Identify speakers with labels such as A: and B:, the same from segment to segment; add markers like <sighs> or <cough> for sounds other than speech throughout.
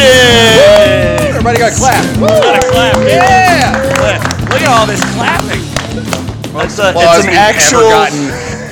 A: Salutation!
B: Everybody got clapped.
A: Gotta clap, people.
B: Yeah.
A: Look look at all this clapping. It's, a,
B: Applause
A: it's an
B: we've
A: actual
B: <laughs>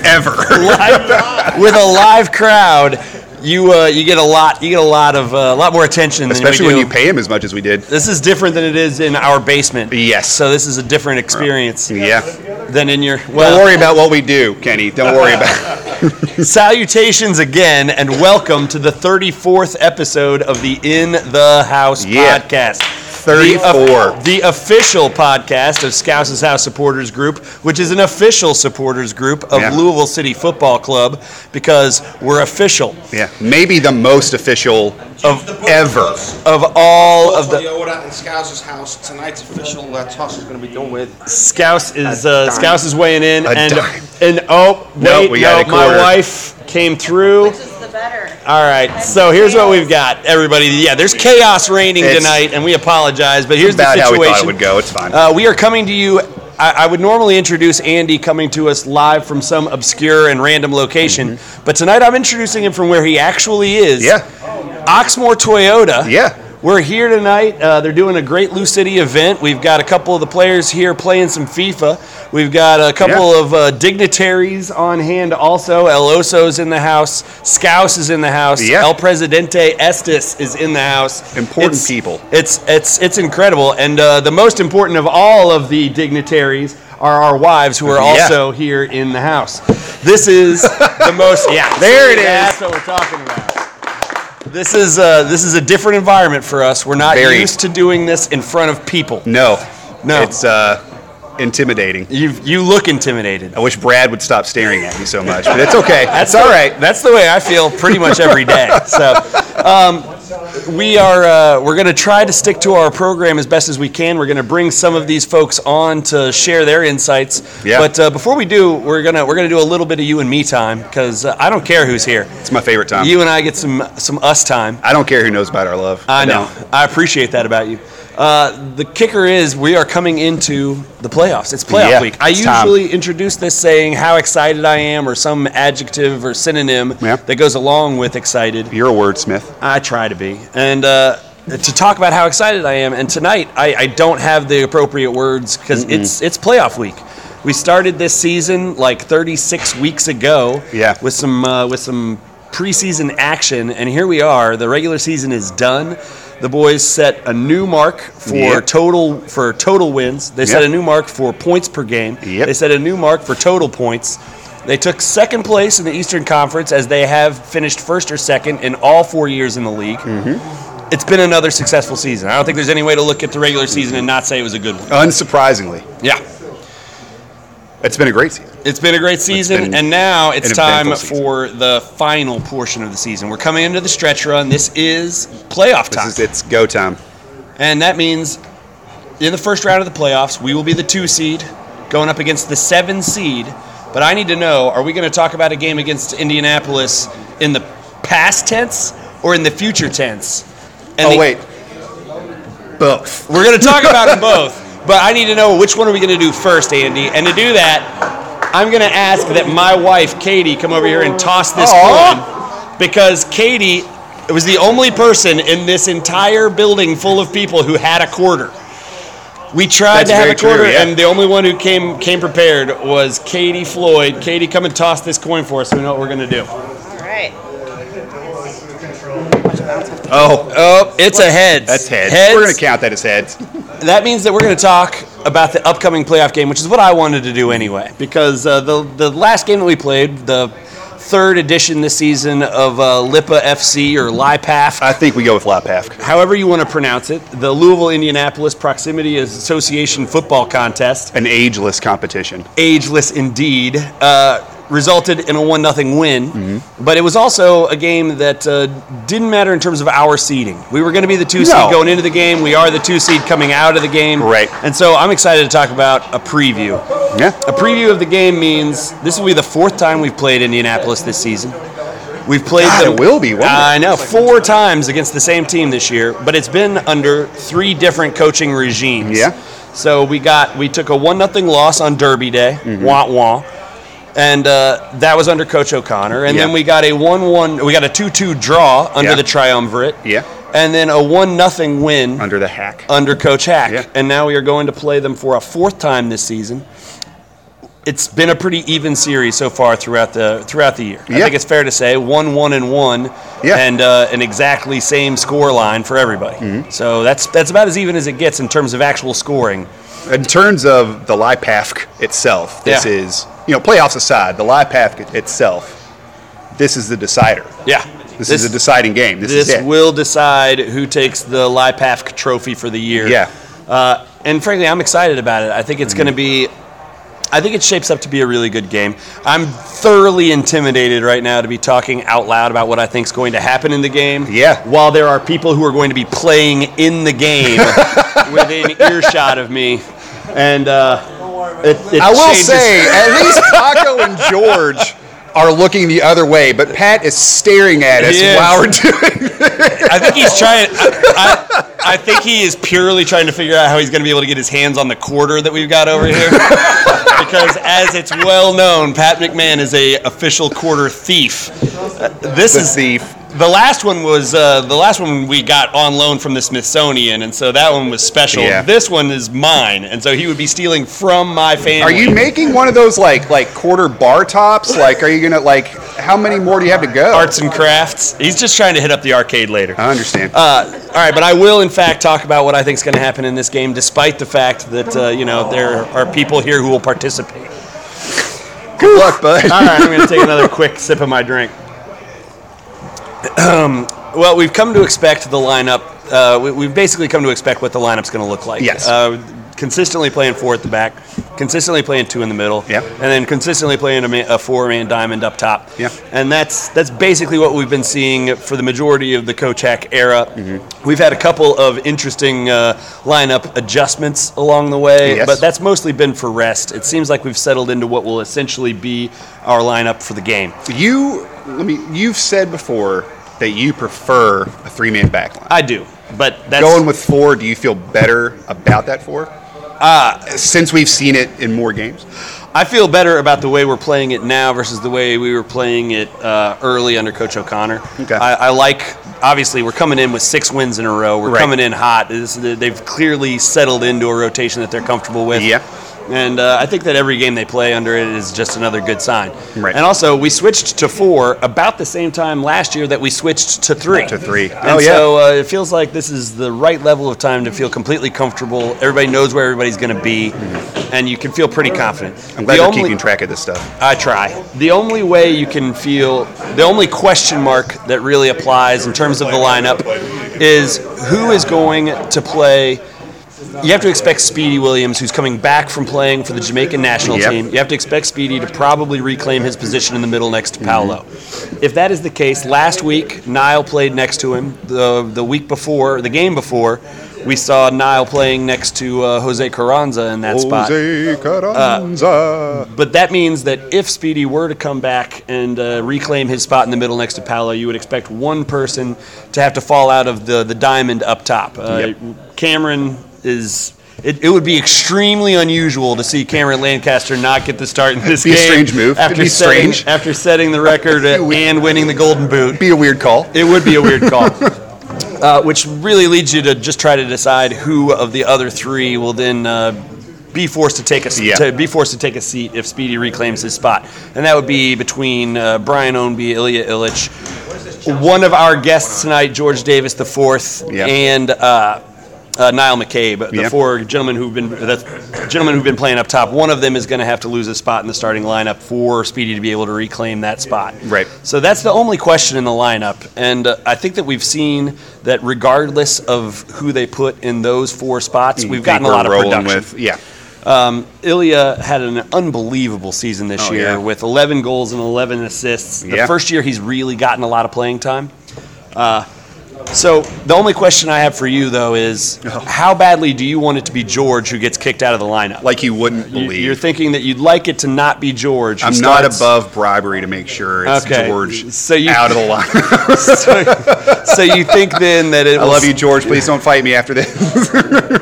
B: ever gotten ever.
C: with a live crowd, you uh, you get a lot you get a lot of uh, a lot more attention.
B: Especially
C: than
B: when
C: we
B: you
C: do.
B: pay him as much as we
C: <laughs>
B: did.
C: This is different than it is in our basement.
B: Yes.
C: So this is a different experience
B: Yeah.
C: than in your.
B: Don't
C: Well,
B: worry about what we do, Kenny. Don't worry about. <laughs>
C: salutations again, and welcome to the 34th episode of the In the House
B: Yeah.
C: podcast.
B: 34.
C: The official podcast of Scouse's House Supporters Group, which is an official supporters group of
B: Yeah.
C: Louisville City Football Club because we're official
B: Yeah. Maybe the most official of ever.
C: of all of
D: Hopefully,
C: the.
D: you're at Scouser's house. Tonight's official uh, toss is going to be done with.
C: Scouse is uh,
D: dime.
C: Scouse is weighing in,
B: A
C: and
B: dime.
C: and oh
B: No,
C: wait,
B: we
C: no,
B: got a
C: my
B: quarter.
C: wife came through.
E: Which is the better?
C: All right, so here's what we've got, everybody. Yeah, there's chaos reigning
B: It's-
C: tonight, and we apologize, but here's
B: About
C: the
B: how we
C: situation.
B: thought it would go. It's fine.
C: Uh, we are coming to you. I, I would normally introduce Andy coming to us live from some obscure and random location, but tonight I'm introducing him from where he actually is.
B: Mm-hmm. Yeah.
C: Oxmoor Toyota.
B: Yeah.
C: We're here tonight. Uh, they're doing a great Lou City event. We've got a couple of the players here playing some FIFA. We've got a couple
B: Yeah.
C: of uh, dignitaries on hand also. El Oso's in the house. Scouse is in the house.
B: Yeah.
C: El Presidente Estes is in the house.
B: Important
C: It's-
B: people.
C: it's it's it's incredible, and uh, the most important of all of the dignitaries are our wives, who are
B: Yeah.
C: also here in the house. This is the
B: <laughs>
C: most. Yeah,
B: There it is.
C: That's what we're talking about. This is uh, this is a different environment for us. We're not
B: Very.
C: used to doing this in front of people.
B: No.
C: No.
B: It's uh, intimidating.
C: You you look intimidated.
B: I wish Brad would stop staring at me so much, but it's okay. It's all
C: the- <laughs>
B: right.
C: That's the way I feel pretty much every day. <laughs> So, um, we are uh, we're going to try to stick to our program as best as we can. We're going to bring some of these folks on to share their insights.
B: Yeah.
C: But uh, before we do, we're gonna we're gonna do a little bit of you and me time because uh, I don't care who's here.
B: It's my favorite time.
C: You and I get some some us time.
B: I don't care who knows about our love.
C: I know.
B: don't.
C: I appreciate that about you. Uh, the kicker is we are coming into the playoffs. It's playoff
B: Yeah,
C: week. I
B: it's time.
C: usually introduce this saying how excited I am or some adjective or synonym
B: Yeah.
C: that goes along with excited.
B: You're a wordsmith.
C: I try to be. And uh, to talk about how excited I am. And tonight, I, I don't have the appropriate words because it's it's playoff week. We started this season like 36 weeks ago.
B: Yeah.
C: With some uh, with some preseason action, and here we are. The regular season is done. The boys set a new mark for
B: Yep.
C: total for total wins. They set
B: Yep.
C: a new mark for points per game.
B: Yep.
C: They set a new mark for total points. They took second place in the Eastern Conference as they have finished first or second in all four years in the league.
B: Mm-hmm.
C: It's been another successful season. I don't think there's any way to look at the regular season and not say it was a good one.
B: Unsurprisingly,
C: Yeah.
B: it's been a great season.
C: It's been a great season,
B: been
C: and now it's
B: an
C: time
B: eventful season.
C: for the final portion of the season. We're coming into the stretch run. This is playoff
B: This
C: time.
B: is it's go time.
C: And that means in the first round of the playoffs, we will be the two seed going up against the seven seed. But I need to know are we going to talk about a game against Indianapolis in the past tense or in the future tense? And
B: oh
C: the-
B: wait, both.
C: We're going to talk about them both. But I need to know which one are we going to do first, Andy? And to do that, I'm going to ask that my wife, Katie, come over here and toss this
B: Aw.
C: coin because Katie was the only person in this entire building full of people who had a quarter. We tried
B: That's
C: to have
B: very
C: a quarter,
B: true, yeah.
C: and the only one who came came prepared was Katie Floyd. Katie, come and toss this coin for us. so We know what we're going to do.
E: All right.
B: Oh,
C: Oh, it's a heads.
B: that's heads. We're gonna count that as heads.
C: that means that we're going to talk about the upcoming playoff game, which is what I wanted to do anyway, because uh, the the last game that we played, the third edition this season of uh, Lipa FC or LIPAF,
B: I think we go with Lapafk.
C: however you want to pronounce it, the Louisville Indianapolis Proximity Association Football Contest,
B: An ageless competition.
C: ageless indeed, uh, resulted in a one nothing win.
B: Mm-hmm.
C: But it was also a game that uh, didn't matter in terms of our seeding. We were going to be the two
B: No.
C: seed going into the game. We are the two seed coming out of the game.
B: Right.
C: And so I'm excited to talk about a preview.
B: Yeah.
C: A preview of the game means this will be the fourth time we've played Indianapolis this season. We've played
B: God,
C: them.
B: it will be, won't it?
C: I know four times against the same team this year, but it's been under three different coaching regimes.
B: Yeah. Mm-hmm.
C: So we got we took a one nothing loss on Derby Day. Wah wah. and uh, that was under Coach O'Connor. And then
B: Yeah.
C: we got a one-one, we got a two-two draw under
B: Yeah.
C: the triumvirate.
B: Yeah.
C: And then a one-nothing win
B: under the hack.
C: under Coach Hack.
B: Yeah.
C: And now we are going to play them for a fourth time this season. It's been a pretty even series so far throughout the throughout the year. I
B: Yeah.
C: think it's fair to say one one and one,
B: Yeah.
C: and uh, an exactly same score line for everybody.
B: Mm-hmm.
C: So that's that's about as even as it gets in terms of actual scoring.
B: In terms of the LIPAFC itself, this
C: Yeah.
B: is, you know, playoffs aside, the LIPAFC itself, this is the decider.
C: Yeah,
B: This, is a deciding game. This,
C: this
B: is it.
C: will decide who takes the LIPAFC trophy for the year.
B: Yeah.
C: Uh, and frankly, I'm excited about it. I think it's going to be. I think it shapes up to be a really good game. I'm thoroughly intimidated right now to be talking out loud about what I think is going to happen in the game.
B: Yeah.
C: While there are people who are going to be playing in the
B: <laughs>
C: game within earshot of me, and uh, it, it
B: I will
C: changes-
B: say, <laughs> at least Paco and George are looking the other way, but Pat is staring at us
C: He is.
B: while we're doing
C: I think he's trying. I, I, I think he is purely trying to figure out how he's going to be able to get his hands on the quarter that we've got over
B: <laughs>
C: here. because, as it's well known, Pat McMahon is a official quarter thief. Uh, This
B: the
C: is
B: thief.
C: the last one was uh, the last one we got on loan from the Smithsonian, and so that one was special.
B: Yeah.
C: This one is mine, and so he would be stealing from my family.
B: Are you making one of those like like quarter bar tops? Like, are you gonna like? How many more do you have to go?
C: arts and crafts? He's just trying to hit up the arcade later.
B: I understand.
C: Uh, all right, but I will, in fact, talk about what I think is going to happen in this game, despite the fact that uh, you know there are people here who will participate.
B: Good luck, bud.
C: All right, I'm going to take another quick sip of my drink. Um, well, we've come to expect the lineup. Uh, we, we've basically come to expect what the lineup's going to look like.
B: Yes.
C: Uh, consistently playing four at the back, consistently playing two in the middle,
B: Yep.
C: and then consistently playing a, man, a four-man diamond up top.
B: Yeah.
C: And that's that's basically what we've been seeing for the majority of the Kochak era.
B: Mm-hmm.
C: We've had a couple of interesting uh, lineup adjustments along the way,
B: Yes.
C: but that's mostly been for rest. It seems like we've settled into what will essentially be our lineup for the game.
B: You let me. You've said before that you prefer a three-man backline.
C: I do, but that's
B: Going with four, do you feel better about that four?
C: Uh,
B: Since we've seen it in more games,
C: I feel better about the way we're playing it now versus the way we were playing it uh, early under Coach O'Connor.
B: Okay.
C: I, I like, obviously, we're coming in with six wins in a row. We're
B: Right.
C: coming in hot. This- they've clearly settled into a rotation that they're comfortable with.
B: Yeah.
C: And uh, I think that every game they play under it is just another good sign.
B: Right.
C: And also, we switched to four about the same time last year that we switched to three.
B: To three.
C: And
B: Oh, yeah.
C: so uh, it feels like this is the right level of time to feel completely comfortable. Everybody knows where everybody's going to be, and you can feel pretty confident.
B: I'm glad
C: The
B: you're
C: only-
B: keeping track of this stuff.
C: I try. The only way you can feel, the only question mark that really applies in terms of the lineup is who is going to play. You have to expect Speedy Williams, who's coming back from playing for the Jamaican national
B: Yep.
C: team. You have to expect Speedy to probably reclaim his position in the middle next to Paolo.
B: Mm-hmm.
C: If that is the case, last week Nile played next to him. The the week before, the game before, we saw Nile playing next to uh, Jose Carranza in that spot.
B: Oh,
C: uh,
B: Jose Carranza.
C: But that means that if Speedy were to come back and uh, reclaim his spot in the middle next to Paolo, you would expect one person to have to fall out of the, the diamond up top. Uh, Cameron is. It, it would be extremely unusual to see Cameron Lancaster not get the start in this
B: Be a
C: game.
B: strange move.
C: After
B: It'd be
C: setting,
B: strange.
C: After setting the
B: <laughs>
C: record and winning the Golden Boot.
B: Be a weird call.
C: It would be a weird call. Uh, which really leads you to just try to decide who of the other three will then uh, be forced to take a s-
B: Yeah.
C: to be forced to take a seat if Speedy reclaims his spot, and that would be between uh, Brian Ownby, Ilya Illich, one of our guests tonight, George Davis the fourth,
B: Yeah.
C: and uh, uh, Niall McCabe, the
B: Yeah.
C: four gentlemen who've been the gentlemen who've been playing up top. One of them is going to have to lose a spot in the starting lineup for Speedy to be able to reclaim that spot.
B: Right.
C: So that's the only question in the lineup, and uh, I think that we've seen that regardless of who they put in those four spots,
E: Mm-hmm.
C: we've gotten a
B: Think
C: lot of
B: we're rolling
C: production.
B: With, yeah.
C: Um, Ilya had an unbelievable season this
B: Oh,
C: year
B: yeah.
C: with 11 goals and 11 assists. The
B: Yeah.
C: first year he's really gotten a lot of playing time. Uh, So the only question I have for you though is,
E: Oh.
C: how badly do you want it to be George who gets kicked out of the lineup?
E: Like you wouldn't
C: You-
E: believe.
C: You're thinking that you'd like it to not be George. who
E: I'm not
C: starts-
E: above bribery to make sure it's
C: Okay,
E: George
C: so you-
E: out of <laughs> the line.
C: <laughs> so, so you think then that it?
E: I love you, George. Please don't fight me
C: <laughs>
E: after this.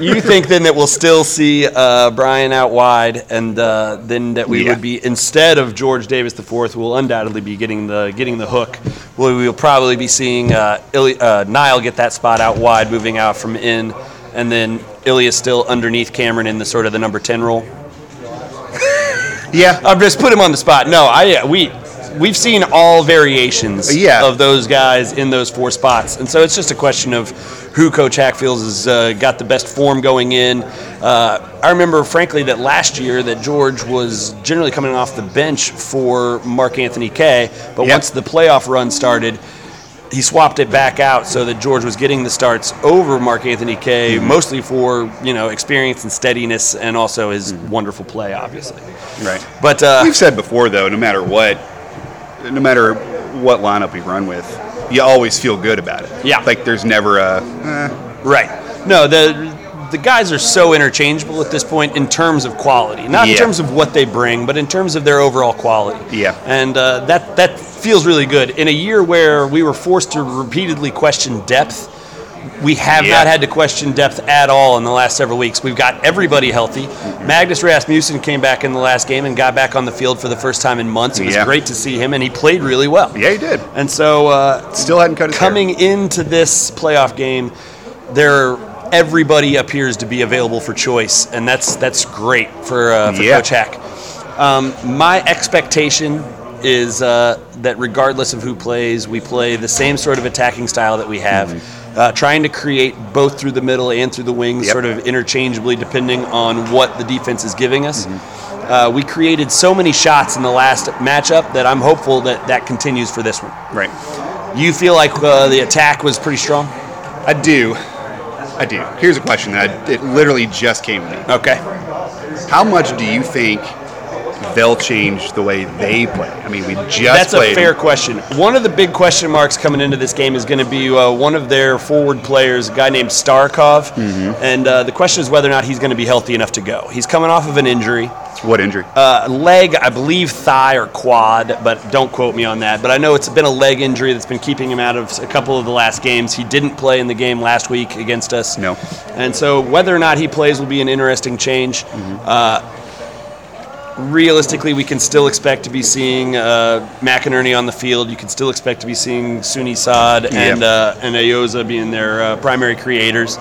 C: You think then that we'll still see uh, Brian out wide, and uh, then that we
E: Yeah.
C: would be instead of George Davis the fourth, we'll undoubtedly be getting the getting the hook. We will probably be seeing uh, Ili- uh, Nile get that spot out wide, moving out from in, and then Ilya still underneath Cameron in the sort of the number ten role.
E: yeah.
C: I've just put him on the spot. No, I uh, we we've seen all variations
E: Uh, Yeah.
C: of those guys in those four spots, and so it's just a question of who Coach Hack feels has uh, got the best form going in. Uh, I remember, frankly, that last year that George was generally coming off the bench for Mark Anthony Kay, but
E: Yep.
C: once the playoff run started. He swapped it back out so that George was getting the starts over Mark Anthony Kay,
E: Mm-hmm.
C: mostly for you know experience and steadiness, and also his wonderful play, obviously.
E: Right.
C: But uh,
E: Mm-hmm. We've said before, though, no matter what, no matter what lineup we run with, you always feel good about it.
C: Yeah.
E: Like there's never a. Eh.
C: Right. No, the the guys are so interchangeable at this point in terms of quality, not in
E: Yeah.
C: terms of what they bring, but in terms of their overall quality.
E: Yeah.
C: And uh, that that feels really good in a year where we were forced to repeatedly question depth. We have
E: Yeah.
C: not had to question depth at all in the last several weeks. We've got everybody healthy. Magnus Rasmussen came back in the last game and got back on the field for the first time in months. It was
E: Yeah.
C: great to see him, and he played really well.
E: Yeah, he did.
C: And so uh,
E: Still hadn't cut his hair.
C: coming into this playoff game, there everybody appears to be available for choice, and that's that's great for uh, for
E: Yeah.
C: Coach Hack. Um, my expectation is uh, that regardless of who plays, we play the same sort of attacking style that we have. Uh, trying to create both through the middle and through the wings,
E: Hmm. Yep.
C: sort of interchangeably, depending on what the defense is giving us.
E: Mm-hmm.
C: Uh, we created so many shots in the last matchup that I'm hopeful that that continues for this one.
E: Right.
C: You feel like uh, the attack was pretty strong?
E: I do. I do. Here's a question that I, it literally just came to me.
C: Okay.
E: How much do you think they'll change the way they play? I mean, we just
C: That's a
E: played.
C: fair question. One of the big question marks coming into this game is going to be uh, one of their forward players, a guy named Starkov. And uh, the question is whether or not he's going to be healthy enough to go. He's coming off of an injury.
E: What injury?
C: uh, leg, I believe thigh or quad, but don't quote me on that. But I know it's been a leg injury that's been keeping him out of a couple of the last games. He didn't play in the game last week against us.
E: No.
C: And so whether or not he plays will be an interesting change. Uh, realistically, we can still expect to be seeing uh, McInerney on the field. You can still expect to be seeing Suni Saad and uh, and Ayoza being their uh, primary creators.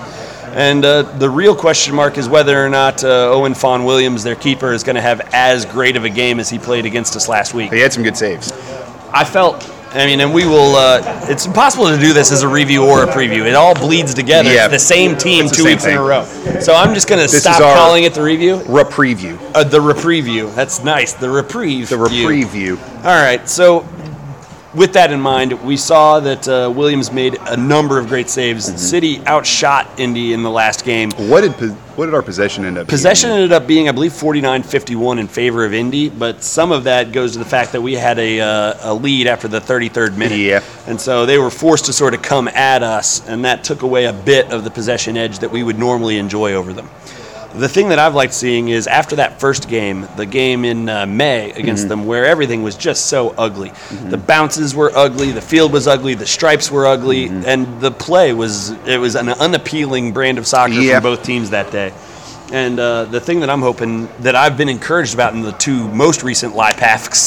C: And uh, the real question mark is whether or not uh, Owen Fawn Williams, their keeper, is going to have as great of a game as he played against us last week.
E: they had some good saves.
C: I felt. I mean, and we will. Uh, it's impossible to do this as a review or a preview. It all bleeds together.
E: Yeah.
C: It's the same team
E: It's
C: two
E: the same
C: weeks in a
E: thing.
C: row. So I'm just going to
E: is
C: stop
E: our-
C: calling it the review.
E: Reprieve you.
C: Uh, the reprieve you. That's nice. The reprieve.
E: The reprieve you.
C: All right. So, with that in mind, we saw that uh, Williams made a number of great saves. City outshot Indy in the last game.
E: What did po- what did our possession end up? being?
C: Possession ended up being, I believe, 49 51 in favor of Indy, but some of that goes to the fact that we had a, uh, a lead after the 33rd minute.
E: Yeah.
C: And so they were forced to sort of come at us, and that took away a bit of the possession edge that we would normally enjoy over them. The thing that I've liked seeing is after that first game, the game in uh, May against them, where everything was just so ugly. The bounces were ugly, the field was ugly, the stripes were ugly, and the play was it was an unappealing brand of soccer
E: Yeah.
C: from both teams that day. And uh, the thing that I'm hoping that I've been encouraged about in the two most recent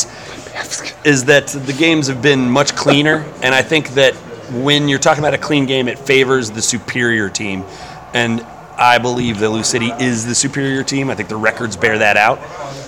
C: LIPAFs is that the games have been much cleaner. and I think that when you're talking about a clean game, it favors the superior team. And I believe that Lou City is the superior team. I think the records bear that out.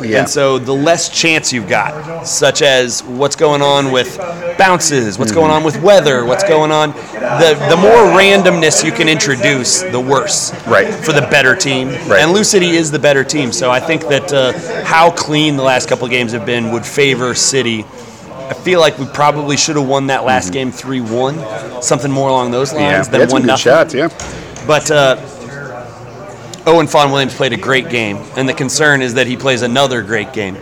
E: Yeah.
C: And so the less chance you've got, such as what's going on with bounces, what's going on with weather, what's going on, the, the more randomness you can introduce, the worse
E: Right.
C: for the better team.
E: Right.
C: And Lou City is the better team. So I think that uh, how clean the last couple of games have been would favor City. I feel like we probably should have won that last game 3 1, something more along those
E: Mm-hmm. Yeah,
C: lines
E: they
C: than
E: had some
C: 1
E: good
C: 0.
E: shots. Yeah.
C: But uh, Owen Fawn Williams played a great game, and the concern is that he plays another great game.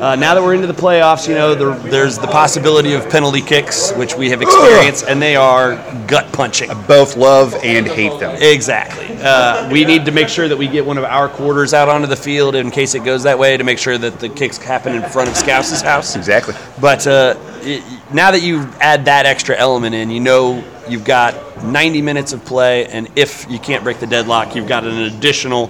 C: Uh, now that we're into the playoffs, you know, there, there's the possibility of penalty kicks, which we have experienced, and they are gut punching.
E: Both love and hate them.
C: Exactly. Uh, we need to make sure that we get one of our quarters out onto the field in case it goes that way to make sure that the kicks happen in front of Scouse's house.
E: Exactly.
C: But uh, it, now that you add that extra element in, you know you've got 90 minutes of play, and if you can't break the deadlock, you've got an additional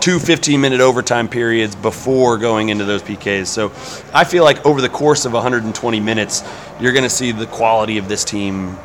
C: two 15 minute overtime periods before going into those PKs. So I feel like over the course of 120 minutes, you're going to see the quality of this team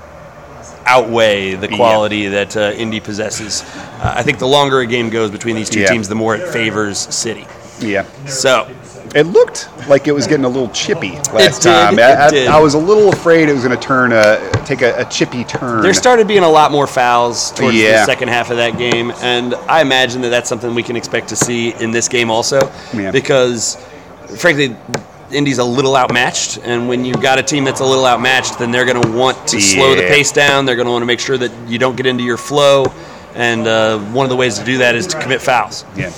C: outweigh the quality that uh, Indy possesses. Uh, I think the longer a game goes between these two
E: Yeah.
C: teams, the more it favors City.
E: Yeah.
C: So
E: It looked like it was getting a little chippy last
C: did,
E: time.
C: it
E: I, I-
C: did.
E: I was a little afraid it was going to turn a take a, a chippy turn.
C: There started being a lot more fouls towards
E: Yeah.
C: the second half of that game, and I imagine that that's something we can expect to see in this game also,
E: Yeah.
C: because frankly, Indy's a little outmatched, and when you've got a team that's a little outmatched, then they're going to want to slow the
E: Yeah.
C: pace down. They're going to want to make sure that you don't get into your flow, and uh, one of the ways to do that is to commit fouls
E: Yeah.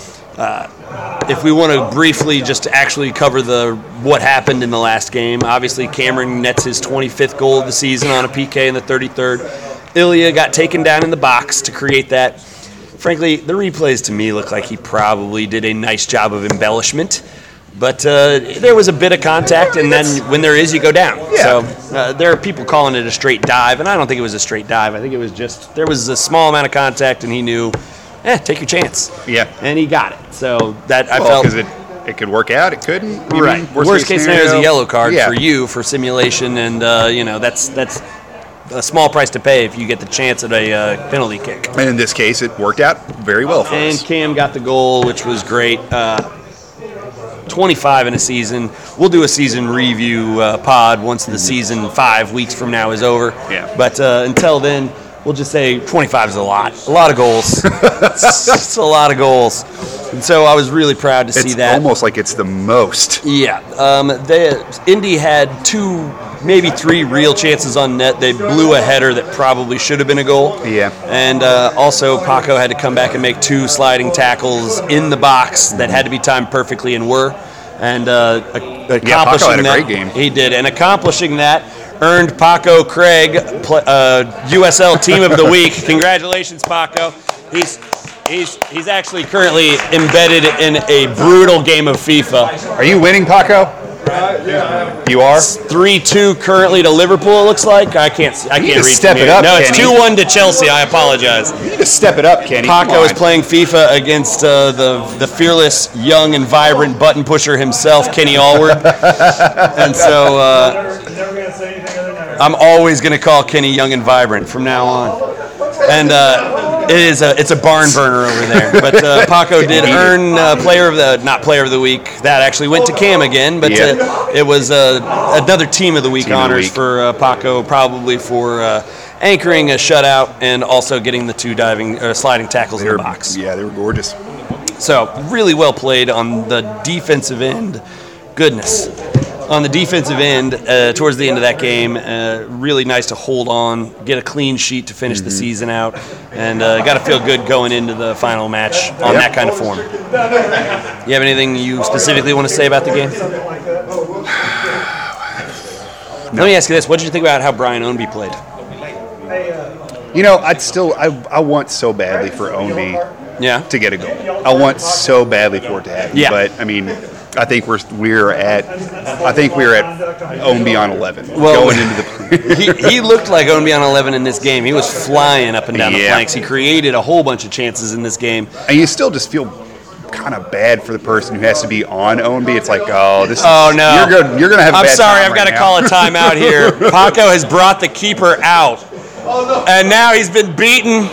C: if we want to briefly just actually cover the what happened in the last game, obviously Cameron nets his 25th goal of the season on a PK in the 33rd. Ilya got taken down in the box to create that. Frankly, the replays to me look like he probably did a nice job of embellishment, but uh, there was a bit of contact, and then when there is, you go down. So uh, there are people calling it a straight dive, and I don't think it was a straight dive. I think it was just there was a small amount of contact, and he knew, eh, take your chance
E: Yeah.
C: and he got it. So that I
E: Well,
C: felt
E: because it it could work out, it couldn't. You
C: right.
E: mean,
C: worst, case scenario is a yellow card
E: Yeah.
C: for you for simulation, and uh, you know that's that's a small price to pay if you get the chance at a uh, penalty kick.
E: And in this case, it worked out very well for
C: And
E: us.
C: Cam got the goal, which was great. Uh, 25 in a season. We'll do a season review uh, pod once the season five weeks from now is over.
E: Mm-hmm. Yeah.
C: But uh, until then, we'll just say 25 is a lot. A lot of goals.
E: <laughs>
C: it's, it's a lot of goals. And so I was really proud to see
E: It's
C: that.
E: almost like it's the most.
C: Yeah, um, they, Indy had two, maybe three real chances on net. They blew a header that probably should have been a goal.
E: Yeah.
C: And uh, also, Paco had to come back and make two sliding tackles in the box that had to be timed perfectly and were. And uh, a- accomplishing
E: Yeah, Paco had a
C: that,
E: great game.
C: he did, and accomplishing that earned Paco Craig pl- uh, USL Team of the Week. <laughs> Congratulations, Paco. He's he's he's actually currently embedded in a brutal game of FIFA.
E: Are you winning, Paco? You are.
C: Three two currently to Liverpool. It looks like I can't. I
E: need
C: can't
E: to
C: read.
E: step
C: from here.
E: it up,
C: No, it's
E: Kenny.
C: two one to Chelsea. I apologize.
E: You just step it up, Kenny. Come
C: Paco is
E: on.
C: playing FIFA against uh, the the fearless, young, and vibrant button pusher himself, Kenny
E: <laughs>
C: Allward. and so uh, I'm always going to call Kenny young and vibrant from now on. And uh, it is a it's a barn burner over there. But
E: <laughs>
C: uh, Paco did
E: Indeed.
C: earn uh, player of the not player of the week. That actually went to Cam again, but
E: Yeah.
C: uh, it was uh, another team of the week
E: Team of the
C: honors
E: week.
C: for uh, Paco, probably for. Uh, Anchoring a shutout and also getting the two diving uh, sliding tackles in
E: They're-
C: the box.
E: Yeah, they were gorgeous.
C: So really well played on the defensive end. Goodness. On the defensive end, uh, towards the end of that game, uh, really nice to hold on, get a clean sheet to finish the season out, and uh, got to feel good going into the final match on
E: Yep.
C: that kind of form. You have anything you specifically want to say about the game? <sighs> Let me ask you this: What did you think about how Brian Ownby played?
E: You know, I'd still I, I want so badly for Ownby
C: Yeah,
E: to get a goal. I want so badly for it to happen.
C: Yeah.
E: But I mean, I think we're we're at I think we're at Ownby on eleven
C: Well-
E: going into the
C: he, he looked like Ownby on 11 in this game. He was flying up and down the
E: Yeah.
C: flanks. He created a whole bunch of chances in this game.
E: and you still just feel kind of bad for the person who has to be on Ownby. It's like oh this is-
C: Oh no!
E: you're gonna you're gonna have. a
C: I'm
E: bad
C: sorry,
E: time
C: I've
E: right
C: got to
E: now.
C: call a timeout here.
E: <laughs>
C: Paco has brought the keeper out, and now he's been beaten.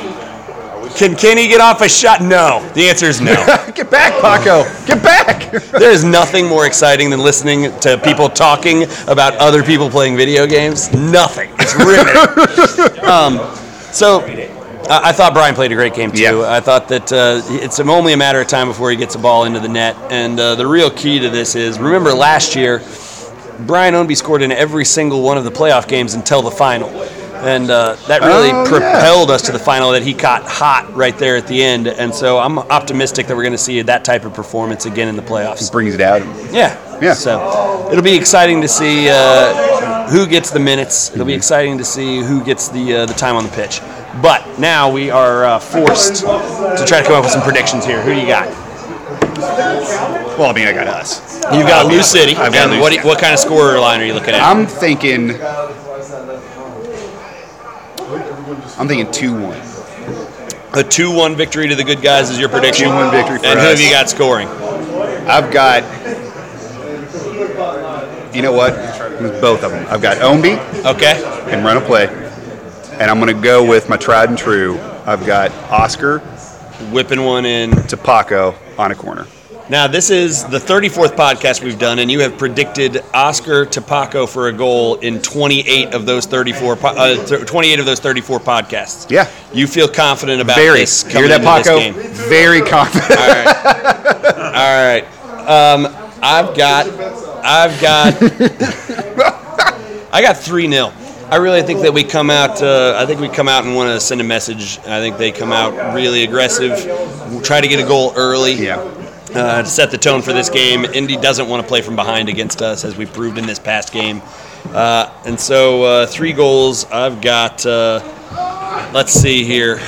C: Can Kenny get off a shot? No. The answer is no.
E: <laughs> Get back, Paco. Get back.
C: there is nothing more exciting than listening to people talking about other people playing video games. Nothing. It's riveting. um,
E: <laughs>
C: so. I I thought Brian played a great game too.
E: Yeah.
C: I thought that uh, it's only a matter of time before he gets a ball into the net. And uh, the real key to this is remember last year, Brian Ownby scored in every single one of the playoff games until the final. And uh, that really
E: Oh, yeah.
C: propelled us to the final that he caught hot right there at the end. And so I'm optimistic that we're going to see that type of performance again in the playoffs.
E: brings it out.
C: Yeah.
E: Yeah.
C: So it'll be exciting to see uh, who gets the minutes.
E: Mm-hmm.
C: It'll be exciting to see who gets the uh, the time on the pitch. But now we are uh, forced to try to come up with some predictions here. Who do you got?
E: Well, I mean, I got us.
C: You've got Lou City.
E: I've got
C: And
E: Lou
C: what,
E: City.
C: what kind of scorer line are you looking at?
E: I'm thinking. I'm thinking two one.
C: A 2 1 victory to the good guys is your prediction.
E: 2-1 victory for
C: And who have
E: us.
C: you got scoring?
E: I've got. You know what? Both of them. I've got Ombi
C: Okay.
E: and Run a Play, and I'm going to go with my tried and true. I've got Oscar
C: Whipping one in.
E: to Paco on a corner.
C: Now, this is the 34th podcast we've done, and you have predicted Oscar Tapaco for a goal in 28 of those 34 po- uh, th- 28 of those 34 podcasts.
E: Yeah.
C: You feel confident about
E: Very.
C: this coming
E: Hear that,
C: into
E: Paco?
C: this game.
E: Very confident. <laughs>
C: All right. All right. Um, I've got I've got I got 3-0. I really think that we come out. Uh, I think we come out and want to send a message. I think they come out really aggressive, try to get a goal early
E: Yeah.
C: uh, to set the tone for this game. Indy doesn't want to play from behind against us, as we proved in this past game. Uh, and so, uh, three goals. I've got, uh, let's see here.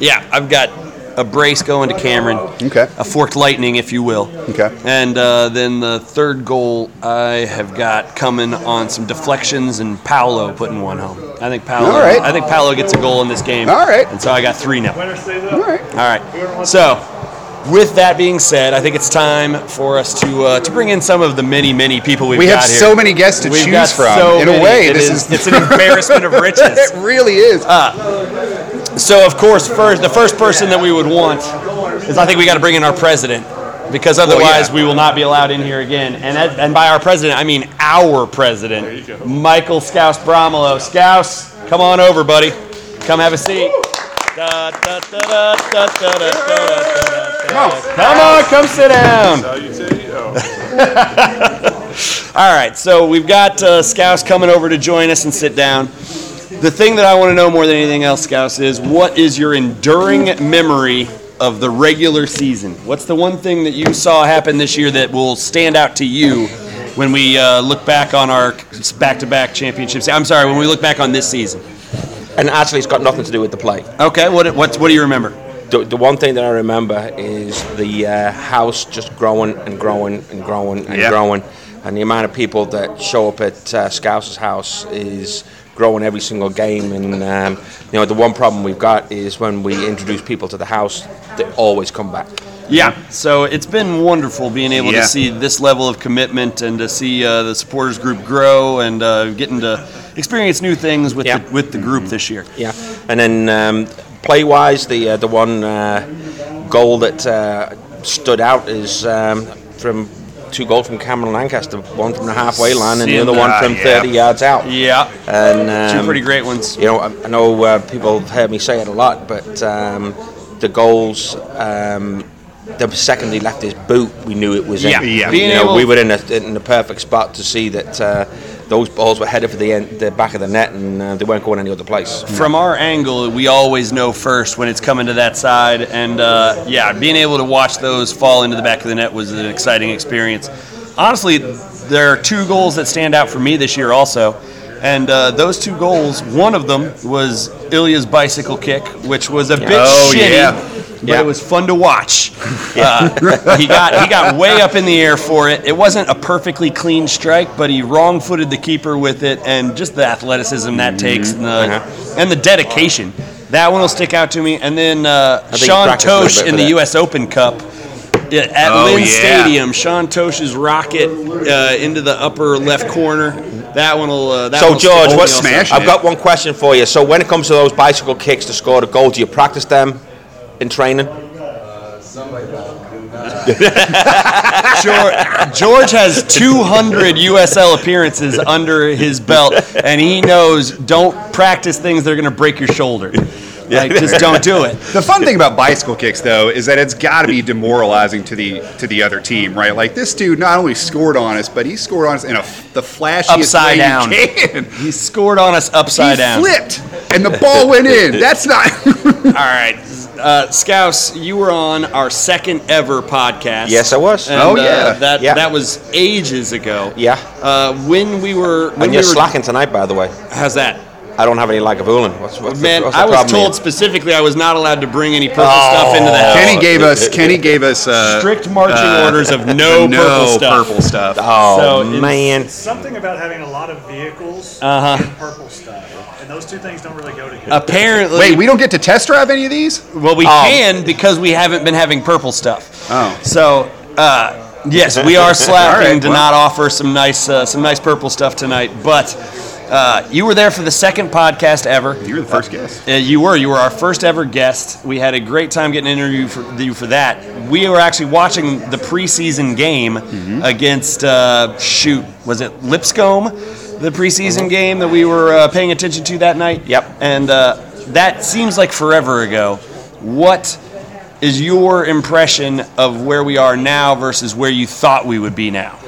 C: Yeah, I've got a brace going to Cameron.
E: Okay.
C: A forked lightning, if you will.
E: Okay.
C: And uh, then the third goal I have got coming on some deflections and Paolo putting one home. I think Paolo.
E: All right.
C: I think Paolo gets a goal in this game.
E: All right.
C: And so I got three now.
E: All right.
C: All right. So, with that being said, I think it's time for us to uh, to bring in some of the many, many people we've
E: We
C: got
E: have
C: here.
E: so many guests to
C: We've
E: choose
C: got
E: from.
C: so
E: In a
C: many.
E: way,
C: It
E: this is-
C: it's an embarrassment
E: <laughs>
C: of riches. Uh,
E: It really is.
C: So, of course, first the first person that we would want is I think we got to bring in our president because otherwise we will not be allowed in here again. And that, and by our president, I mean our president, Michael Scouse Bromelo. Scouse, come on over, buddy. Come have a seat. Da, da, da, da, da, da, da, da, da, da. Come on, come sit down. All right, so we've got uh, Scouse coming over to join us and sit down. The thing that I want to know more than anything else, Scouse, is what is your enduring memory of the regular season? What's the one thing that you saw happen this year that will stand out to you when we uh, look back on our back-to-back championships? I'm sorry, when we look back on this season.
F: And actually, it's got nothing to do with the play.
C: Okay, what what what do you remember?
F: The, the one thing that I remember is the uh, house just growing and growing and growing and
E: Yeah.
F: growing, and the amount of people that show up at uh, Scouse's house is growing every single game. And um, you know, the one problem we've got is when we introduce people to the house, they always come back.
C: Yeah, so it's been wonderful being able
E: Yeah.
C: to see this level of commitment and to see uh, the supporters group grow and uh, getting to experience new things with
F: Yeah.
C: the, with the group this year.
F: Yeah, and then um, play-wise, the uh, the one uh, goal that uh, stood out is um, from two goals from Cameron Lancaster, one from the halfway line, and the other one
E: Ah,
F: from
E: yeah.
F: 30 yards out.
C: Yeah,
F: And
C: two
F: um,
C: pretty great ones.
F: You know, I, I know uh, people have heard me say it a lot, but um, the goals. Um, the second he left his boot, we knew it was in.
C: Yeah. Yeah.
F: You
C: Being
F: know,
C: able-
F: we were in, a, in the perfect spot to see that uh, those balls were headed for the, end, the back of the net and uh, they weren't going any other place.
C: From our angle, we always know first when it's coming to that side, and uh, yeah, being able to watch those fall into the back of the net was an exciting experience. Honestly, there are two goals that stand out for me this year also, and uh, those two goals, one of them was Ilya's bicycle kick, which was a bit
E: Oh,
C: shitty.
E: yeah.
F: <laughs>
C: But it was fun to watch. Uh, he got he got way up in the air for it. It wasn't a perfectly clean strike, but he wrong-footed the keeper with it, and just the athleticism that takes and the,
F: Mm-hmm.
C: and the dedication. That one will stick out to me. And then uh,
F: he
C: Sean
F: practiced a little
C: Tosh
F: bit
C: in
F: for
C: the
F: that.
C: U.S. Open Cup. yeah, At
E: Oh,
C: Lynn
E: yeah.
C: Stadium, Sean Tosh's rocket uh, into the upper left corner. That one will. Uh, that
F: So
C: one'll stick
F: George,
C: with me
F: what
E: what's
C: also.
E: smash?
F: I've got one question for you. So when it comes to those bicycle kicks to score the goal, do you practice them in training?
C: George, George has 200 USL appearances under his belt, and he knows don't practice things that are going to break your shoulder. Like, just don't do it.
E: The fun thing about bicycle kicks, though, is that it's got to be demoralizing to the to the other team, right? Like this dude not only scored on us, but he scored on us in a, the flashiest
C: Upside
E: way
C: down.
E: you can.
C: He scored on us upside
E: he
C: down.
E: flipped, and the ball went in. That's
C: <laughs>
E: not.
C: All right, uh, Scouse, you were on our second ever podcast.
F: Yes, I was.
C: And,
E: Oh,
C: uh,
E: yeah.
C: that
F: Yeah.
C: that was ages ago.
F: Yeah.
C: Uh, when we were, when
F: And you're
C: we were,
F: slacking tonight, by the way.
C: How's that?
F: I don't have any Lagavulin. What's, what's the-
C: Man,
F: what's the
C: I was
F: problem Oh.
C: told
F: here?
C: specifically I was not allowed to bring any purple stuff into the house.
E: Kenny gave us. Kenny gave us uh,
C: Strict marching
E: uh,
C: orders
E: <laughs>
C: of no,
E: no
C: purple stuff.
E: purple stuff.
C: So
F: Oh
C: it's-
F: man,
G: Something about having a lot of vehicles
H: Uh-huh.
G: and purple stuff, and those two things don't really go together.
C: Apparently,
E: Wait, we don't get to test drive any of these?
C: well, we can because we haven't been having purple stuff.
E: Oh.
C: So, uh, yes, we are slacking
E: <laughs> All right,
C: to
E: well.
C: not offer some nice, uh, some nice purple stuff tonight. But uh, you were there for the second podcast ever.
E: You're the first guest.
C: Uh, you were. You were our first ever guest. We had a great time getting an interview for you for that. We were actually watching the preseason game against uh, shoot was it Lipscomb, the preseason game that we were uh, paying attention to that night.
F: Yep.
C: And uh, that seems like forever ago. What is your impression of where we are now versus where you thought we would be now?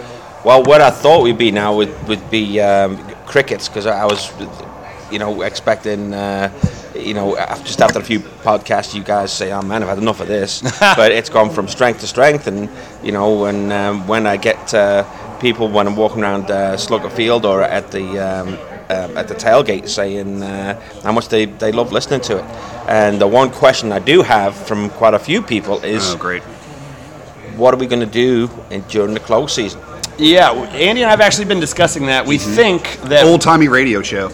F: Well, what I thought we'd be now would, would be um, crickets because I was, you know, expecting, uh, you know, af- just after a few podcasts, you guys say, "Oh man, I've had enough
E: <laughs>
F: of this," but it's gone from strength to strength, and you know, and um, when I get uh, people when I'm walking around uh, Slugger Field or at the um, um, at the tailgate saying uh, how much they, they love listening to it, and the one question I do have from quite a few people is,
E: Oh, great.
F: "What are we going to do in, during the close season?"
C: Yeah, Andy and I have actually been discussing that. We think that
E: Old timey radio show.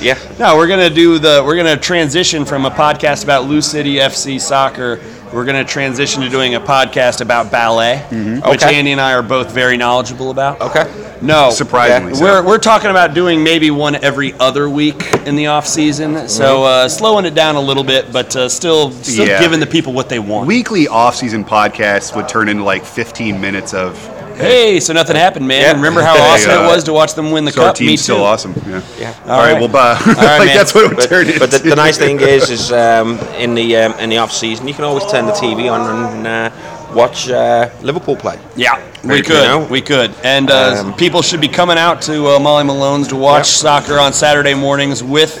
F: Yeah.
C: No, we're gonna do the. We're gonna transition from a podcast about Lou City FC soccer. We're gonna transition to doing a podcast about ballet,
E: Mm-hmm.
C: which
F: Okay.
C: Andy and I are both very knowledgeable about.
F: Okay.
C: No,
E: Surprisingly so.
C: We're, we're talking about doing maybe one every other week in the off season, so uh, slowing it down a little bit, but uh, still, still
E: Mm-hmm. Yeah.
C: giving the people what they want.
E: Weekly off-season podcasts would turn into like 15 minutes of
C: hey, so nothing happened, man.
F: Yeah.
C: Remember
E: <laughs>
C: how
E: Hey,
C: awesome it
E: uh,
C: was to watch them win the
E: so our
C: cup? Me
E: team's still
C: too.
E: awesome. Yeah.
F: Yeah.
E: All right,
C: All
E: Well,
C: right.
E: bye.
C: right,
E: <laughs> like
C: man.
E: that's what it would
F: But,
E: turn into.
F: but the, the nice thing
E: <laughs>
F: is, is um, in the um, in the off season, you can always turn the TV on and uh, watch uh, Liverpool play.
C: Yeah, we
F: you
C: could.
F: know?
C: We could. And uh,
F: Um,
C: people should be coming out to uh, Molly Malone's to watch soccer on Saturday mornings with.